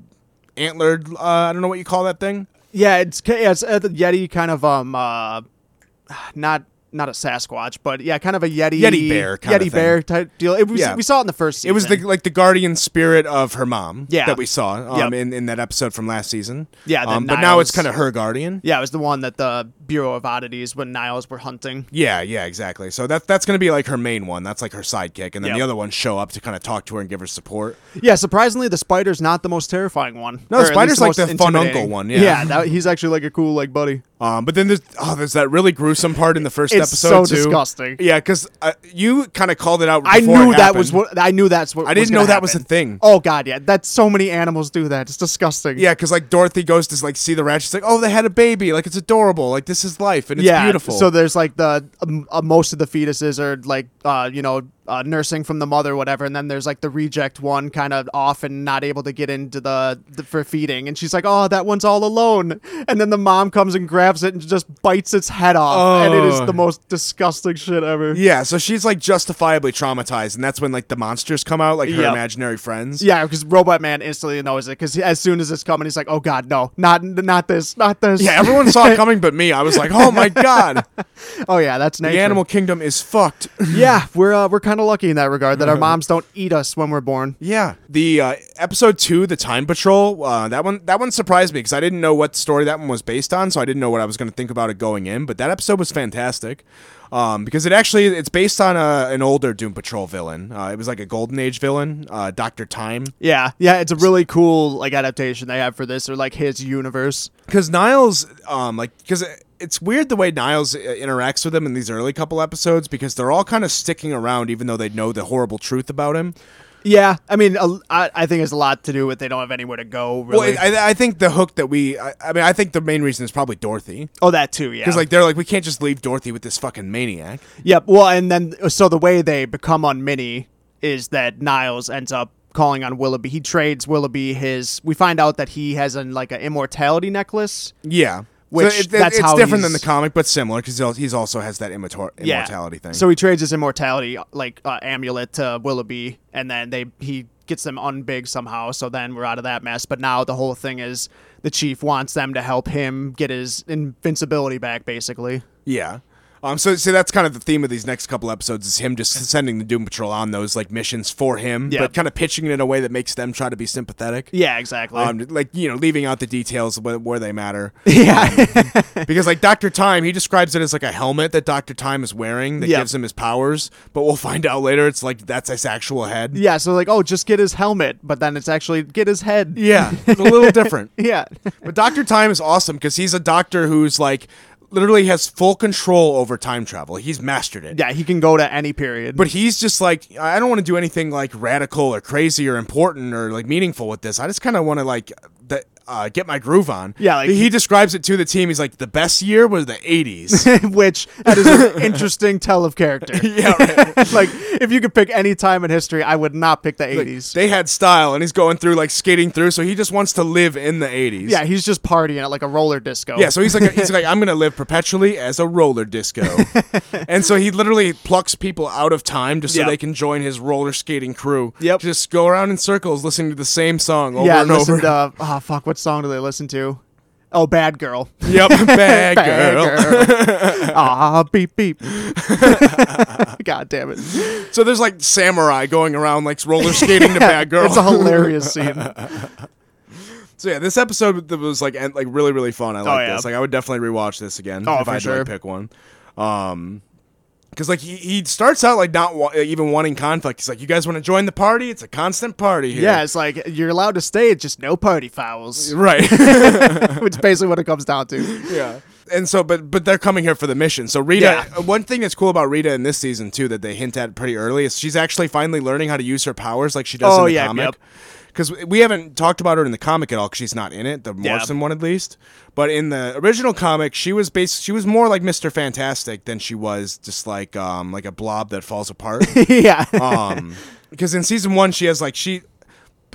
S1: antlered. Uh, I don't know what you call that thing.
S2: Yeah, it's ca- yeah, it's uh, the Yeti kind of um uh, not not a Sasquatch, but yeah, kind of a Yeti
S1: Yeti bear kind
S2: Yeti
S1: of thing.
S2: bear type deal. It was,
S1: Yeah.
S2: we saw it in the first. Season.
S1: It was the like the guardian spirit of her mom
S2: Yeah.
S1: that we saw um,
S2: Yep.
S1: in, in that episode from last season.
S2: Yeah, the
S1: um, but now it's
S2: Niles-
S1: kind of her guardian.
S2: yeah, it was the one that the Bureau of Oddities when Niles were hunting.
S1: Yeah, yeah, exactly. So that that's going to be like her main one. That's like her sidekick, and then the
S2: Yep.
S1: other ones show up to kind of talk to her and give her support.
S2: Yeah, surprisingly, the spider's not the most terrifying one.
S1: No,
S2: Or
S1: the
S2: at
S1: spider's
S2: least
S1: like
S2: most
S1: the fun
S2: intimidating.
S1: uncle one, yeah.
S2: yeah, that, he's actually like a cool like buddy.
S1: Um, but then there's oh, there's that really gruesome part in the first
S2: It's
S1: episode
S2: so
S1: too.
S2: disgusting.
S1: Yeah, because uh, you kind of called it out.
S2: I
S1: before
S2: knew
S1: it
S2: that was
S1: happened.
S2: what I knew that's what
S1: I didn't know
S2: gonna
S1: that was a
S2: happen.
S1: thing.
S2: Oh god, yeah, that's so many animals do that. It's disgusting.
S1: Yeah, because like Dorothy goes to like see the rat. She's like, "Oh, they had a baby. Like it's adorable. Like this is life, and it's
S2: yeah,
S1: beautiful."
S2: So there's like the um, uh, most of the fetuses are like uh, you know uh, nursing from the mother, whatever, and then there's like the reject one, kind of off and not able to get into the, the for feeding, and she's like, oh, that one's all alone, and then the mom comes and grabs it and just bites its head off, and it is
S1: Oh.
S2: the most disgusting shit ever.
S1: Yeah, so she's like justifiably traumatized, and that's when like the monsters come out, like her
S2: Yep.
S1: imaginary friends.
S2: Yeah, because Robot Man instantly knows it. Because as soon as it's coming, he's like, "Oh God, no! Not, not this! Not this!"
S1: Yeah, everyone saw it coming but me. I was like, oh my god,
S2: oh yeah, that's nature.
S1: the animal kingdom is fucked.
S2: Yeah, we're uh, we're kind kind of lucky in that regard
S1: Uh-huh.
S2: that our moms don't eat us when we're born.
S1: Yeah, the uh, episode two, the Time Patrol. Uh, that one, that one surprised me because I didn't know what story that one was based on, so I didn't know what I was going to think about it going in. But that episode was fantastic um, because it actually it's based on a, an older Doom Patrol villain. Uh, it was like a Golden Age villain, uh, Doctor Time.
S2: Yeah, yeah, it's a really cool like adaptation they have for this, or like his universe.
S1: because Niles, um, like, because it's weird the way Niles uh, interacts with him in these early couple episodes because they're all kind of sticking around even though they know the horrible truth about him.
S2: Yeah, I mean, a, I, I think it's a lot to do with they don't have anywhere to go. Really.
S1: Well, I, I think the hook that we, I, I mean, I think the main reason is probably Dorothy
S2: oh, that too. Yeah.
S1: because like they're like we can't just leave Dorothy with this fucking maniac.
S2: Yep. Well, and then so the way they become on Minnie is that Niles ends up calling on Willoughby. He trades Willoughby his. We find out that he has an like an immortality necklace.
S1: Yeah.
S2: Which,
S1: so it- it-
S2: that's
S1: it's
S2: how
S1: different than the
S2: he's-
S1: comic, but similar because he's also has that immator- immortality thing.
S2: So he trades his immortality like uh, amulet to Willoughby, and then they he gets them unbig somehow. So then we're out of that mess. But now the whole thing is the chief wants them to help him get his invincibility back, basically.
S1: Yeah. Um, so, so that's kind of the theme of these next couple episodes is him just sending the Doom Patrol on those like missions for him,
S2: Yeah.
S1: but kind of pitching it in a way that makes them try to be sympathetic.
S2: Yeah, exactly.
S1: Um, like you know, leaving out the details where, where they matter,
S2: yeah,
S1: because like Doctor Time, he describes it as like a helmet that Doctor Time is wearing that
S2: Yeah.
S1: gives him his powers. But we'll find out later, it's like that's his actual head.
S2: yeah. So like, oh, just get his helmet, but then it's actually get his head.
S1: Yeah, it's a little different.
S2: Yeah.
S1: But Doctor Time is awesome because he's a doctor who's like literally has full control over time travel. He's mastered it.
S2: Yeah, he can go to any period.
S1: But he's just like, I don't want to do anything like radical or crazy or important or like meaningful with this. I just kind of want to like th- uh, get my groove on.
S2: Yeah, like-
S1: he describes it to the team. He's like, the best year was the '80s.
S2: which that is an interesting tell of character.
S1: yeah, right.
S2: like if you could pick any time in history, I would not pick the
S1: Like,
S2: 80s.
S1: they had style, and he's going through like skating through. So he just wants to live in the '80s.
S2: yeah, he's just partying at like a roller disco.
S1: Yeah, so he's like he's like I'm gonna live perpetually as a roller disco, and so he literally plucks people out of time just so
S2: Yep.
S1: they can join his roller skating crew.
S2: Yep.
S1: just go around in circles listening to the same song over
S2: yeah,
S1: and
S2: listen
S1: over.
S2: to oh fuck, what song do they listen to? Oh, Bad Girl.
S1: Yep, bad,
S2: Bad
S1: girl.
S2: Girl. Ah, beep beep. God damn it.
S1: So there's like samurai going around like roller skating to bad girl.
S2: It's a hilarious scene.
S1: so yeah, this episode that was like en- like really really fun. I like
S2: Oh, yeah.
S1: this. Like I would definitely rewatch this again
S2: Oh,
S1: if
S2: for
S1: I had to
S2: sure.
S1: like, pick one. Um because like he, he starts out like not wa- even wanting conflict. He's like, "You guys want to join the party? It's a constant party here."
S2: Yeah, it's like you're allowed to stay, it's just no party fouls,
S1: right.
S2: which is basically what it comes down to.
S1: yeah. And so, but but they're coming here for the mission. So Rita,
S2: Yeah.
S1: uh, one thing that's cool about Rita in this season too that they hint at pretty early is she's actually finally learning how to use her powers like she does
S2: Oh,
S1: in the
S2: yeah,
S1: comic.
S2: yep.
S1: Because we haven't talked about her in the comic at all because she's not in it, the
S2: Yeah.
S1: Morrison one at least. But in the original comic, she was based. She was more like Mister Fantastic than she was just like um like a blob that falls apart.
S2: yeah.
S1: um, because in season one she has like she.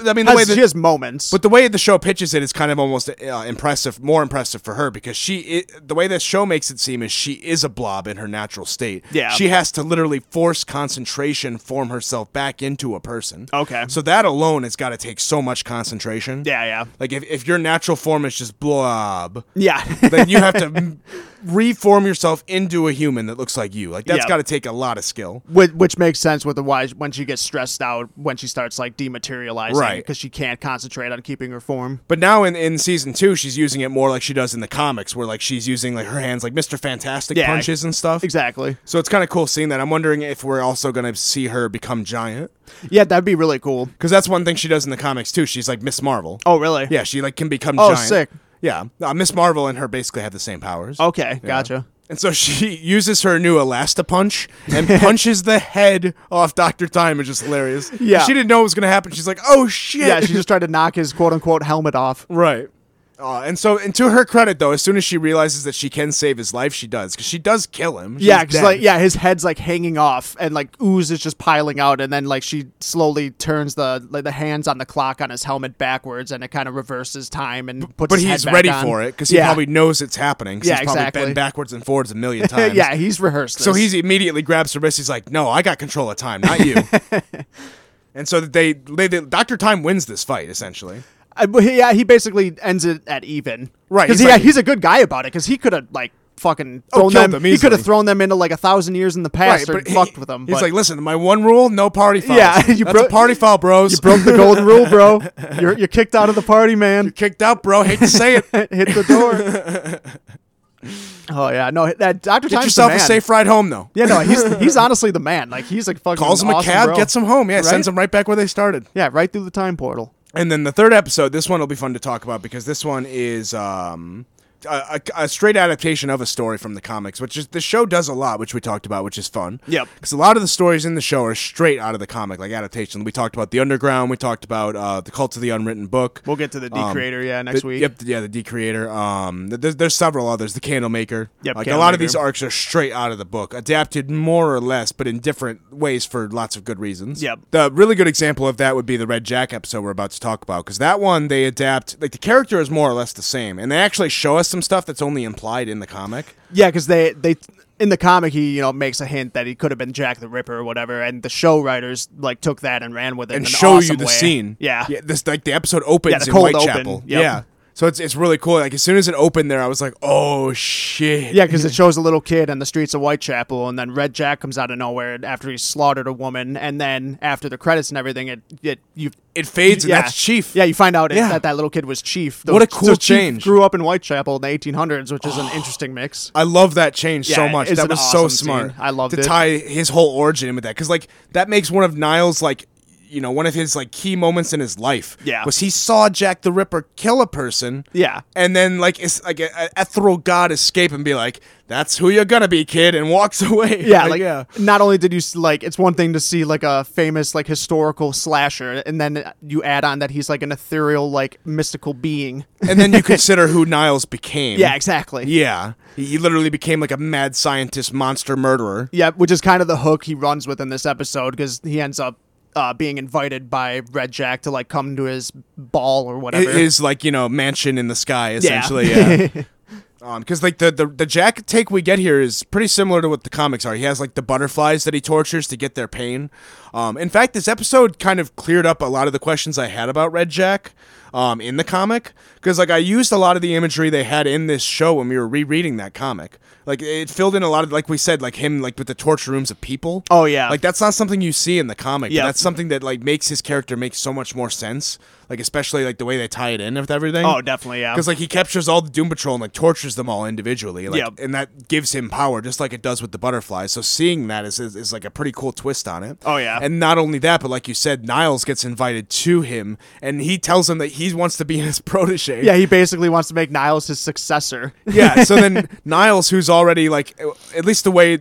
S1: I mean, the
S2: Has-
S1: way that,
S2: she has moments.
S1: but the way the show pitches it is kind of almost uh, impressive, more impressive for her because she, i the way the show makes it seem is she is a blob in her natural state.
S2: Yeah.
S1: she has to literally force concentration, form herself back into a person.
S2: Okay.
S1: so that alone has got to take so much concentration.
S2: yeah, yeah.
S1: like if, if your natural form is just blob,
S2: Yeah.
S1: then you have to m- reform yourself into a human that looks like you. Like that's
S2: Yeah.
S1: got to take a lot of skill.
S2: Which, which makes sense with the why when she gets stressed out when she starts like dematerializing
S1: Right.
S2: because she can't concentrate on keeping her form.
S1: But now in, in season two, she's using it more like she does in the comics, where like she's using like her hands like Mr. Fantastic
S2: Yeah,
S1: punches and stuff.
S2: Exactly.
S1: So it's kind of cool seeing that. I'm wondering if we're also going to see her become giant
S2: Yeah, that'd be really cool.
S1: because that's one thing she does in the comics too. She's like Miss Marvel.
S2: Oh, really?
S1: Yeah, she like can become.
S2: Oh,
S1: giant.
S2: sick. Oh.
S1: Yeah, uh, Miss Marvel and her basically have the same powers.
S2: Okay, gotcha.
S1: And so she uses her new Elastipunch and punches the head off Doctor Time, which is hilarious.
S2: Yeah.
S1: she didn't know it was going to happen. She's like, "Oh shit!"
S2: Yeah, she just tried to knock his quote unquote helmet off.
S1: Right. Uh, and so, and to her credit, though, as soon as she realizes that she can save his life, she does because she does kill him. She's
S2: Yeah, 'cause,
S1: dead.
S2: like yeah, his head's like hanging off and like ooze is just piling out and then like she slowly turns the like the hands on the clock on his helmet backwards and it kind of reverses time and puts
S1: but
S2: his head
S1: he's
S2: back
S1: ready
S2: on.
S1: for it because he
S2: Yeah.
S1: probably knows it's happening. 'cause
S2: Yeah,
S1: he's probably
S2: exactly.
S1: been backwards and forwards a million times.
S2: Yeah, he's rehearsed
S1: So
S2: this.
S1: he immediately grabs her wrist. He's like, "No, I got control of time, not you." and so they, they, they, Doctor Time wins this fight essentially.
S2: I, but he- yeah, he basically ends it at even.
S1: Right,
S2: Because
S1: he's
S2: yeah,
S1: like-
S2: he's a good guy about it. Because he could have like fucking
S1: Oh,
S2: thrown
S1: killed
S2: them.
S1: them
S2: he could
S1: easily.
S2: have thrown them into like a thousand years in the past or
S1: he-
S2: fucked with them.
S1: He's
S2: but
S1: like, listen, my one rule: no party fouls.
S2: Yeah, you
S1: you that's
S2: bro-
S1: a party foul, bros.
S2: you broke the golden rule, bro. You're you're kicked out of the party, man.
S1: kicked out, bro. Hate to say it.
S2: Hit the door. oh yeah, no, that Doctor
S1: Get
S2: Time's
S1: yourself
S2: the
S1: a
S2: man.
S1: safe ride home, though.
S2: Yeah, no, he's he's honestly the man. Like he's like fucking
S1: Calls them
S2: awesome,
S1: a cab,
S2: bro.
S1: gets them home. Yeah, sends
S2: Right?
S1: them right back where they started.
S2: Yeah, right through the time portal.
S1: And then the third episode, this one will be fun to talk about because this one is um, a, a, a straight adaptation of a story from the comics, which is the show does a lot, which we talked about, which is fun.
S2: Yep.
S1: Because a lot of the stories in the show are straight out of the comic, like adaptation. We talked about The Underground. We talked about uh, The Cult of the Unwritten Book.
S2: We'll get to the D
S1: Um,
S2: creator, yeah, next
S1: The-
S2: week.
S1: Yep, yeah, the D creator. Um, th- there's there's several others. The Candlemaker.
S2: Yep,
S1: like a lot of
S2: Candlemaker.
S1: these arcs are straight out of the book, adapted more or less, but in different ways for lots of good reasons.
S2: Yep.
S1: The really good example of that would be the Red Jack episode we're about to talk about, because that one they adapt like the character is more or less the same, and they actually show us some stuff that's only implied in the comic.
S2: Yeah, because they they in the comic he you know makes a hint that he could have been Jack the Ripper or whatever, and the show writers like took that and ran with it
S1: and
S2: in an
S1: show you
S2: awesome
S1: the
S2: way.
S1: scene.
S2: Yeah,
S1: this like the episode opens
S2: Yeah, the
S1: in
S2: cold
S1: Whitechapel.
S2: open. Yep.
S1: Yeah. So it's it's really cool. Like as soon as it opened there, I was like, oh shit.
S2: yeah, because it shows a little kid on the streets of Whitechapel, and then Red Jack comes out of nowhere after he slaughtered a woman, and then after the credits and everything, it it you.
S1: It fades
S2: yeah.
S1: and that's Chief.
S2: Yeah, you find out it-
S1: Yeah.
S2: that that little kid was Chief. The-
S1: What a
S2: so
S1: cool
S2: Chief
S1: change.
S2: grew up in Whitechapel in the 1800s, which is an interesting mix.
S1: I love that change so
S2: Yeah,
S1: much.
S2: it's
S1: That
S2: an
S1: was so
S2: awesome
S1: smart.
S2: scene. I loved
S1: to
S2: it.
S1: tie his whole origin in with that because like that makes one of Niles like you know one of his like key moments in his life.
S2: Yeah.
S1: was he saw Jack the Ripper kill a person.
S2: Yeah.
S1: and then like it's like a, a ethereal god escape and be like, "That's who you're gonna be, kid," and walks away.
S2: Yeah, like not only did you s- like it's one thing to see like a famous like historical slasher, and then you add on that he's like an ethereal like mystical being.
S1: and then you consider who Niles became.
S2: Yeah, exactly.
S1: yeah,
S2: Yeah.
S1: he he literally became like a mad scientist monster murderer.
S2: which is kind of the hook he runs with in this episode because he ends up uh, being invited by Red Jack to like come to his ball or
S1: Hi-
S2: whatever.
S1: His like you know mansion in the sky
S2: Yeah.
S1: essentially. Yeah. Um, because like the, the the Jack take we get here is pretty similar to what the comics are. He has like the butterflies that he tortures to get their pain. Um, in fact, this episode kind of cleared up a lot of the questions I had about Red Jack, um, in the comic. Because like I used a lot of the imagery they had in this show when we were rereading that comic. Like it filled in a lot of like we said like him like with the torture rooms of people.
S2: Oh, yeah.
S1: like that's not something you see in the comic. but
S2: Yeah.
S1: that's something that like makes his character make so much more sense. Like especially like the way they tie it in with everything.
S2: Oh, definitely, yeah.
S1: Because like he captures all the Doom Patrol and like tortures them all individually, like,
S2: Yep.
S1: and that gives him power, just like it does with the butterflies. So seeing that is, is is like a pretty cool twist on it.
S2: Oh, yeah.
S1: And not only that, but like you said, Niles gets invited to him, and he tells him that he wants to be his protege.
S2: yeah, he basically wants to make Niles his successor.
S1: yeah. So then Niles, who's already like, at least the way.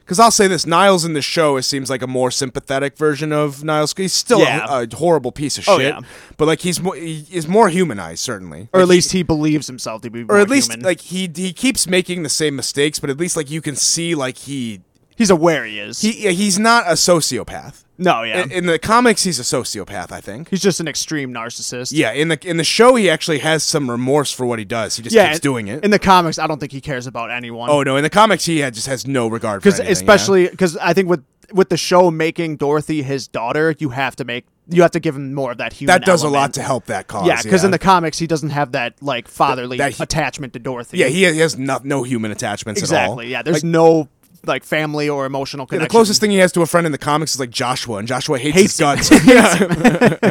S1: Because I'll say this, Niles in the show it seems like a more sympathetic version of Niles. He's still a-
S2: Yeah.
S1: a, horrible piece of shit,
S2: Oh, yeah.
S1: but like he's more, he is more humanized certainly,
S2: or
S1: Like,
S2: at least he believes himself to be,
S1: or at least
S2: human.
S1: like he he keeps making the same mistakes, but at least like you can see like he
S2: he's aware he is.
S1: he yeah, he's not a sociopath.
S2: no, yeah,
S1: In, in the comics, he's a sociopath, I think.
S2: he's just an extreme narcissist.
S1: Yeah, in the in the show, he actually has some remorse for what he does. He just keeps
S2: and-
S1: doing it.
S2: In the comics, I don't think he cares about anyone.
S1: oh no, in the comics, he had, just has no regard for
S2: because
S1: anything, yeah.
S2: especially because I think with with the show making Dorothy his daughter, you have to make you have to give him more of that human.
S1: that does a lot
S2: element.
S1: to help that cause.
S2: yeah, because in the comics he doesn't have that like fatherly
S1: that he-
S2: attachment to Dorothy.
S1: yeah he has, he has no, no human attachments
S2: exactly.
S1: at all.
S2: Yeah, there's no like family or emotional
S1: Yeah,
S2: connection.
S1: the closest thing he has to a friend in the comics is like Joshua, and Joshua hates, his guts. Yeah.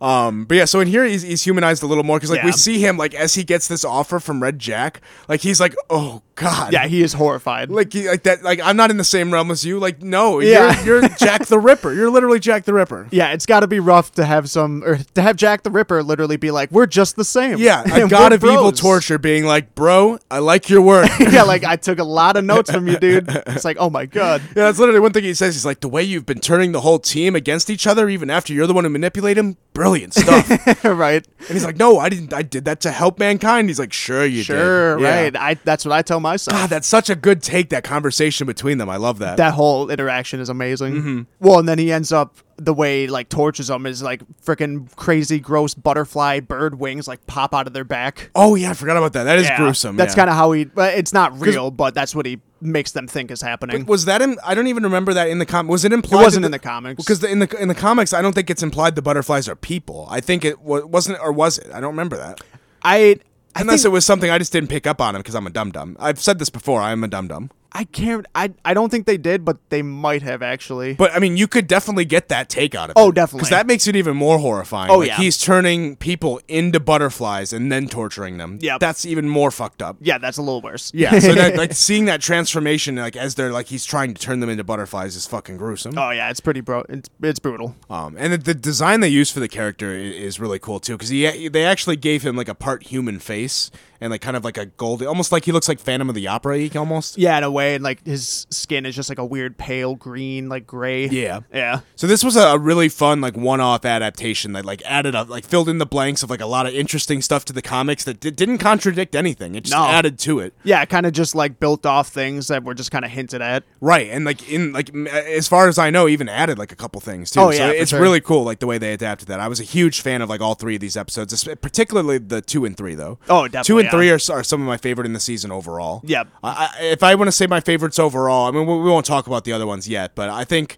S1: um, but yeah, so in here he's, he's humanized a little more because like we
S2: Yeah.
S1: see him like as he gets this offer from Red Jack, like he's like, oh god,
S2: Yeah, he is horrified.
S1: like he, like that, like I'm not in the same realm as you. Like no,
S2: Yeah.
S1: you're, you're Jack the Ripper. You're literally Jack the Ripper.
S2: yeah, it's got to be rough to have some or to have Jack the Ripper literally be like, "We're just the same."
S1: Yeah, a
S2: And
S1: god
S2: we're
S1: of evil
S2: bros.
S1: torture, being like, bro, I like your work.
S2: yeah, like I took a lot of notes from you, dude. It's like, oh my god.
S1: Yeah, that's literally one thing he says. He's like, the way you've been turning the whole team against each other, even after you're the one who manipulated him, brilliant stuff.
S2: right.
S1: And he's like, "No, I didn't. I did that to help mankind." He's like, "Sure, you
S2: Sure,
S1: did. Yeah.
S2: right. I that's what I tell myself.
S1: God, that's such a good take. That conversation between them, I love that.
S2: that whole interaction is amazing.
S1: Mm-hmm.
S2: Well, and then he ends up the way he, like tortures them is like freaking crazy, gross butterfly bird wings like pop out of their back.
S1: oh yeah, I forgot about that. That is
S2: Yeah.
S1: gruesome.
S2: That's
S1: yeah.
S2: kind of how he. But it's not real, but that's what he makes them think is happening.
S1: was that in? I don't even remember that in the com. Was it implied?
S2: it wasn't
S1: that
S2: in the comics.
S1: because the, in the in the comics, I don't think it's implied the butterflies are people. I think it wa- wasn't, or was it? I don't remember that.
S2: I
S1: Unless
S2: think-
S1: it was something I just didn't pick up on him because I'm a dum dum. I've said this before. I'm a dum dum.
S2: I can't. I I don't think they did, but they might have actually.
S1: But I mean, you could definitely get that take out of it.
S2: Oh, definitely.
S1: Because that makes it even more horrifying.
S2: Oh,
S1: Like,
S2: yeah.
S1: He's turning people into butterflies and then torturing them.
S2: Yep.
S1: That's even more fucked up.
S2: yeah, that's a little worse.
S1: Yeah. So that, like seeing that transformation, like as they're like he's trying to turn them into butterflies, is fucking gruesome.
S2: Oh yeah, it's pretty bro. It's it's brutal.
S1: Um, and the, the design they use for the character i- is, really cool too, because he they actually gave him like a part human face and like kind of like a gold, almost like he looks like Phantom of the Opera, almost.
S2: Yeah, in a way, and like his skin is just like a weird pale green, like gray.
S1: Yeah.
S2: Yeah.
S1: So this was a a really fun like one-off adaptation that like added up like filled in the blanks of like a lot of interesting stuff to the comics that di- didn't contradict anything. It just
S2: No.
S1: added to it.
S2: Yeah, kind of just like built off things that were just kind of hinted at.
S1: Right. And like in like m- as far as I know even added like a couple things too.
S2: Oh, yeah,
S1: so
S2: for
S1: it's
S2: sure.
S1: really cool like the way they adapted that. I was a huge fan of like all three of these episodes, es- particularly the 2 and 3 though.
S2: Oh, definitely,
S1: 2 and
S2: yeah.
S1: 3 are, s- are some of my favorite in the season overall.
S2: Yep.
S1: I, I, if I want to say my favorites overall, I mean we, we won't talk about the other ones yet, but I think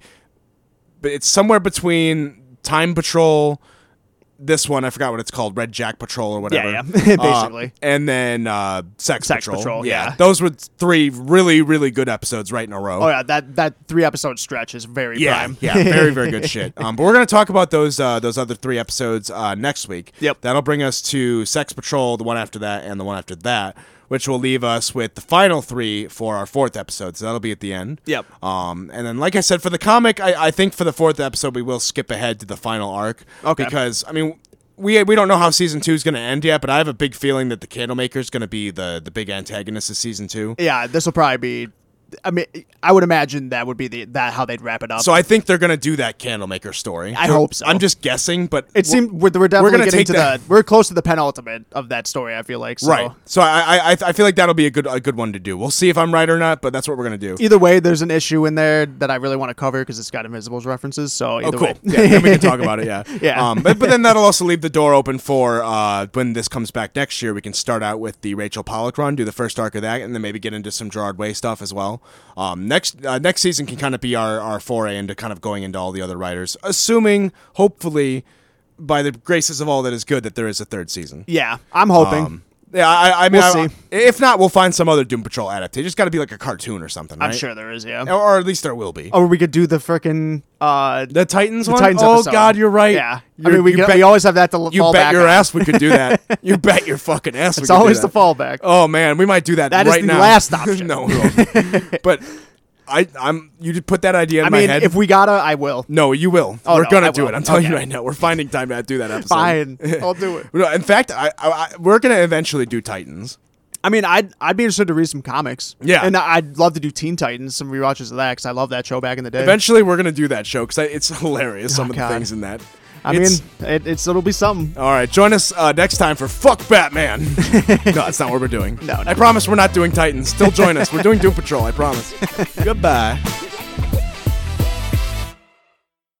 S1: but it's somewhere between Time Patrol, this one I forgot what it's called, Red Jack Patrol or whatever.
S2: yeah.
S1: Uh,
S2: Basically.
S1: and then uh, Sex,
S2: Sex
S1: Patrol.
S2: Patrol, yeah.
S1: those were three really really good episodes right in a row.
S2: Oh yeah, that that three episode stretch is very
S1: yeah,
S2: prime.
S1: yeah, very very good shit. Um, but we're gonna talk about those uh, those other three episodes uh, next week.
S2: Yep.
S1: that'll bring us to Sex Patrol, the one after that, and the one after that. Which will leave us with the final three for our fourth episode. So that'll be at the end.
S2: Yep.
S1: Um, and then, like I said, for the comic, I, I think for the fourth episode, we will skip ahead to the final arc.
S2: Okay.
S1: Because I mean, we we don't know how season two is going to end yet, but I have a big feeling that the Candlemaker is going to be the the big antagonist of season two.
S2: Yeah, this will probably be. I mean, I would imagine that would be the that how they'd wrap it up.
S1: So I think they're going to do that Candlemaker story.
S2: I
S1: So
S2: hope so.
S1: I'm just guessing, but
S2: it seemed we're, we're definitely
S1: gonna
S2: getting
S1: take
S2: to
S1: that-
S2: the we're close to the penultimate of that story. I feel like so.
S1: right. So I, I I- I feel like that'll be a good a good one to do. We'll see if I'm right or not, but that's what we're going to do.
S2: Either way, there's an issue in there that I really want to cover because it's got Invisibles references. So either
S1: Oh, cool.
S2: way,
S1: yeah, then we can talk about it. Yeah,
S2: Yeah.
S1: Um, but, but then that'll also leave the door open for uh, when this comes back next year. We can start out with the Rachel Pollock run, do the first arc of that, and then maybe get into some Gerard Way stuff as well. Um, next uh, next season can kind of be our our foray into kind of going into all the other writers, assuming hopefully by the graces of all that is good that there is a third season.
S2: yeah, I'm hoping.
S1: Um, yeah, I, I mean,
S2: We'll
S1: I-
S2: see.
S1: if not, we'll find some other Doom Patrol adaptation. It's got to be like a cartoon or something,
S2: I'm
S1: right?
S2: sure there is. Yeah.
S1: Or, or at least there will be.
S2: Or we could do the freaking uh,
S1: Oh, The Titans one.
S2: Titans
S1: oh
S2: episode.
S1: God, you're right.
S2: Yeah. I
S1: You're-
S2: mean, we,
S1: you
S2: can,
S1: bet-
S2: we always have that to l-
S1: You
S2: fall
S1: bet
S2: back.
S1: your
S2: on.
S1: ass we could do that. you bet your fucking ass.
S2: It's always the fallback.
S1: Oh man, we might do that.
S2: That is
S1: right
S2: the
S1: now.
S2: last option.
S1: no, we won't. but I, I'm. You just put that idea in
S2: I
S1: my
S2: mean,
S1: head.
S2: if we gotta, I will.
S1: no, you will. We're
S2: no,
S1: gonna
S2: I
S1: do
S2: will.
S1: it. I'm telling you
S2: Okay.
S1: right now. We're finding time to do that episode.
S2: Fine, I'll do it.
S1: No, in fact, I, I, I we're gonna eventually do Titans.
S2: I mean, I'd I'd be interested to read some comics.
S1: Yeah.
S2: and I- I'd love to do Teen Titans, some rewatches of that because I love that show back in the day.
S1: Eventually, we're gonna do that show because it's hilarious. Some
S2: Oh,
S1: of
S2: God.
S1: the things in that.
S2: I mean,
S1: It's-
S2: it, it's it'll be something.
S1: All right, join us uh, next time for Fuck Batman. no, that's not what we're doing.
S2: No, no.
S1: I promise we're not doing Titans. Still join us. We're doing Doom Patrol, I promise. Goodbye.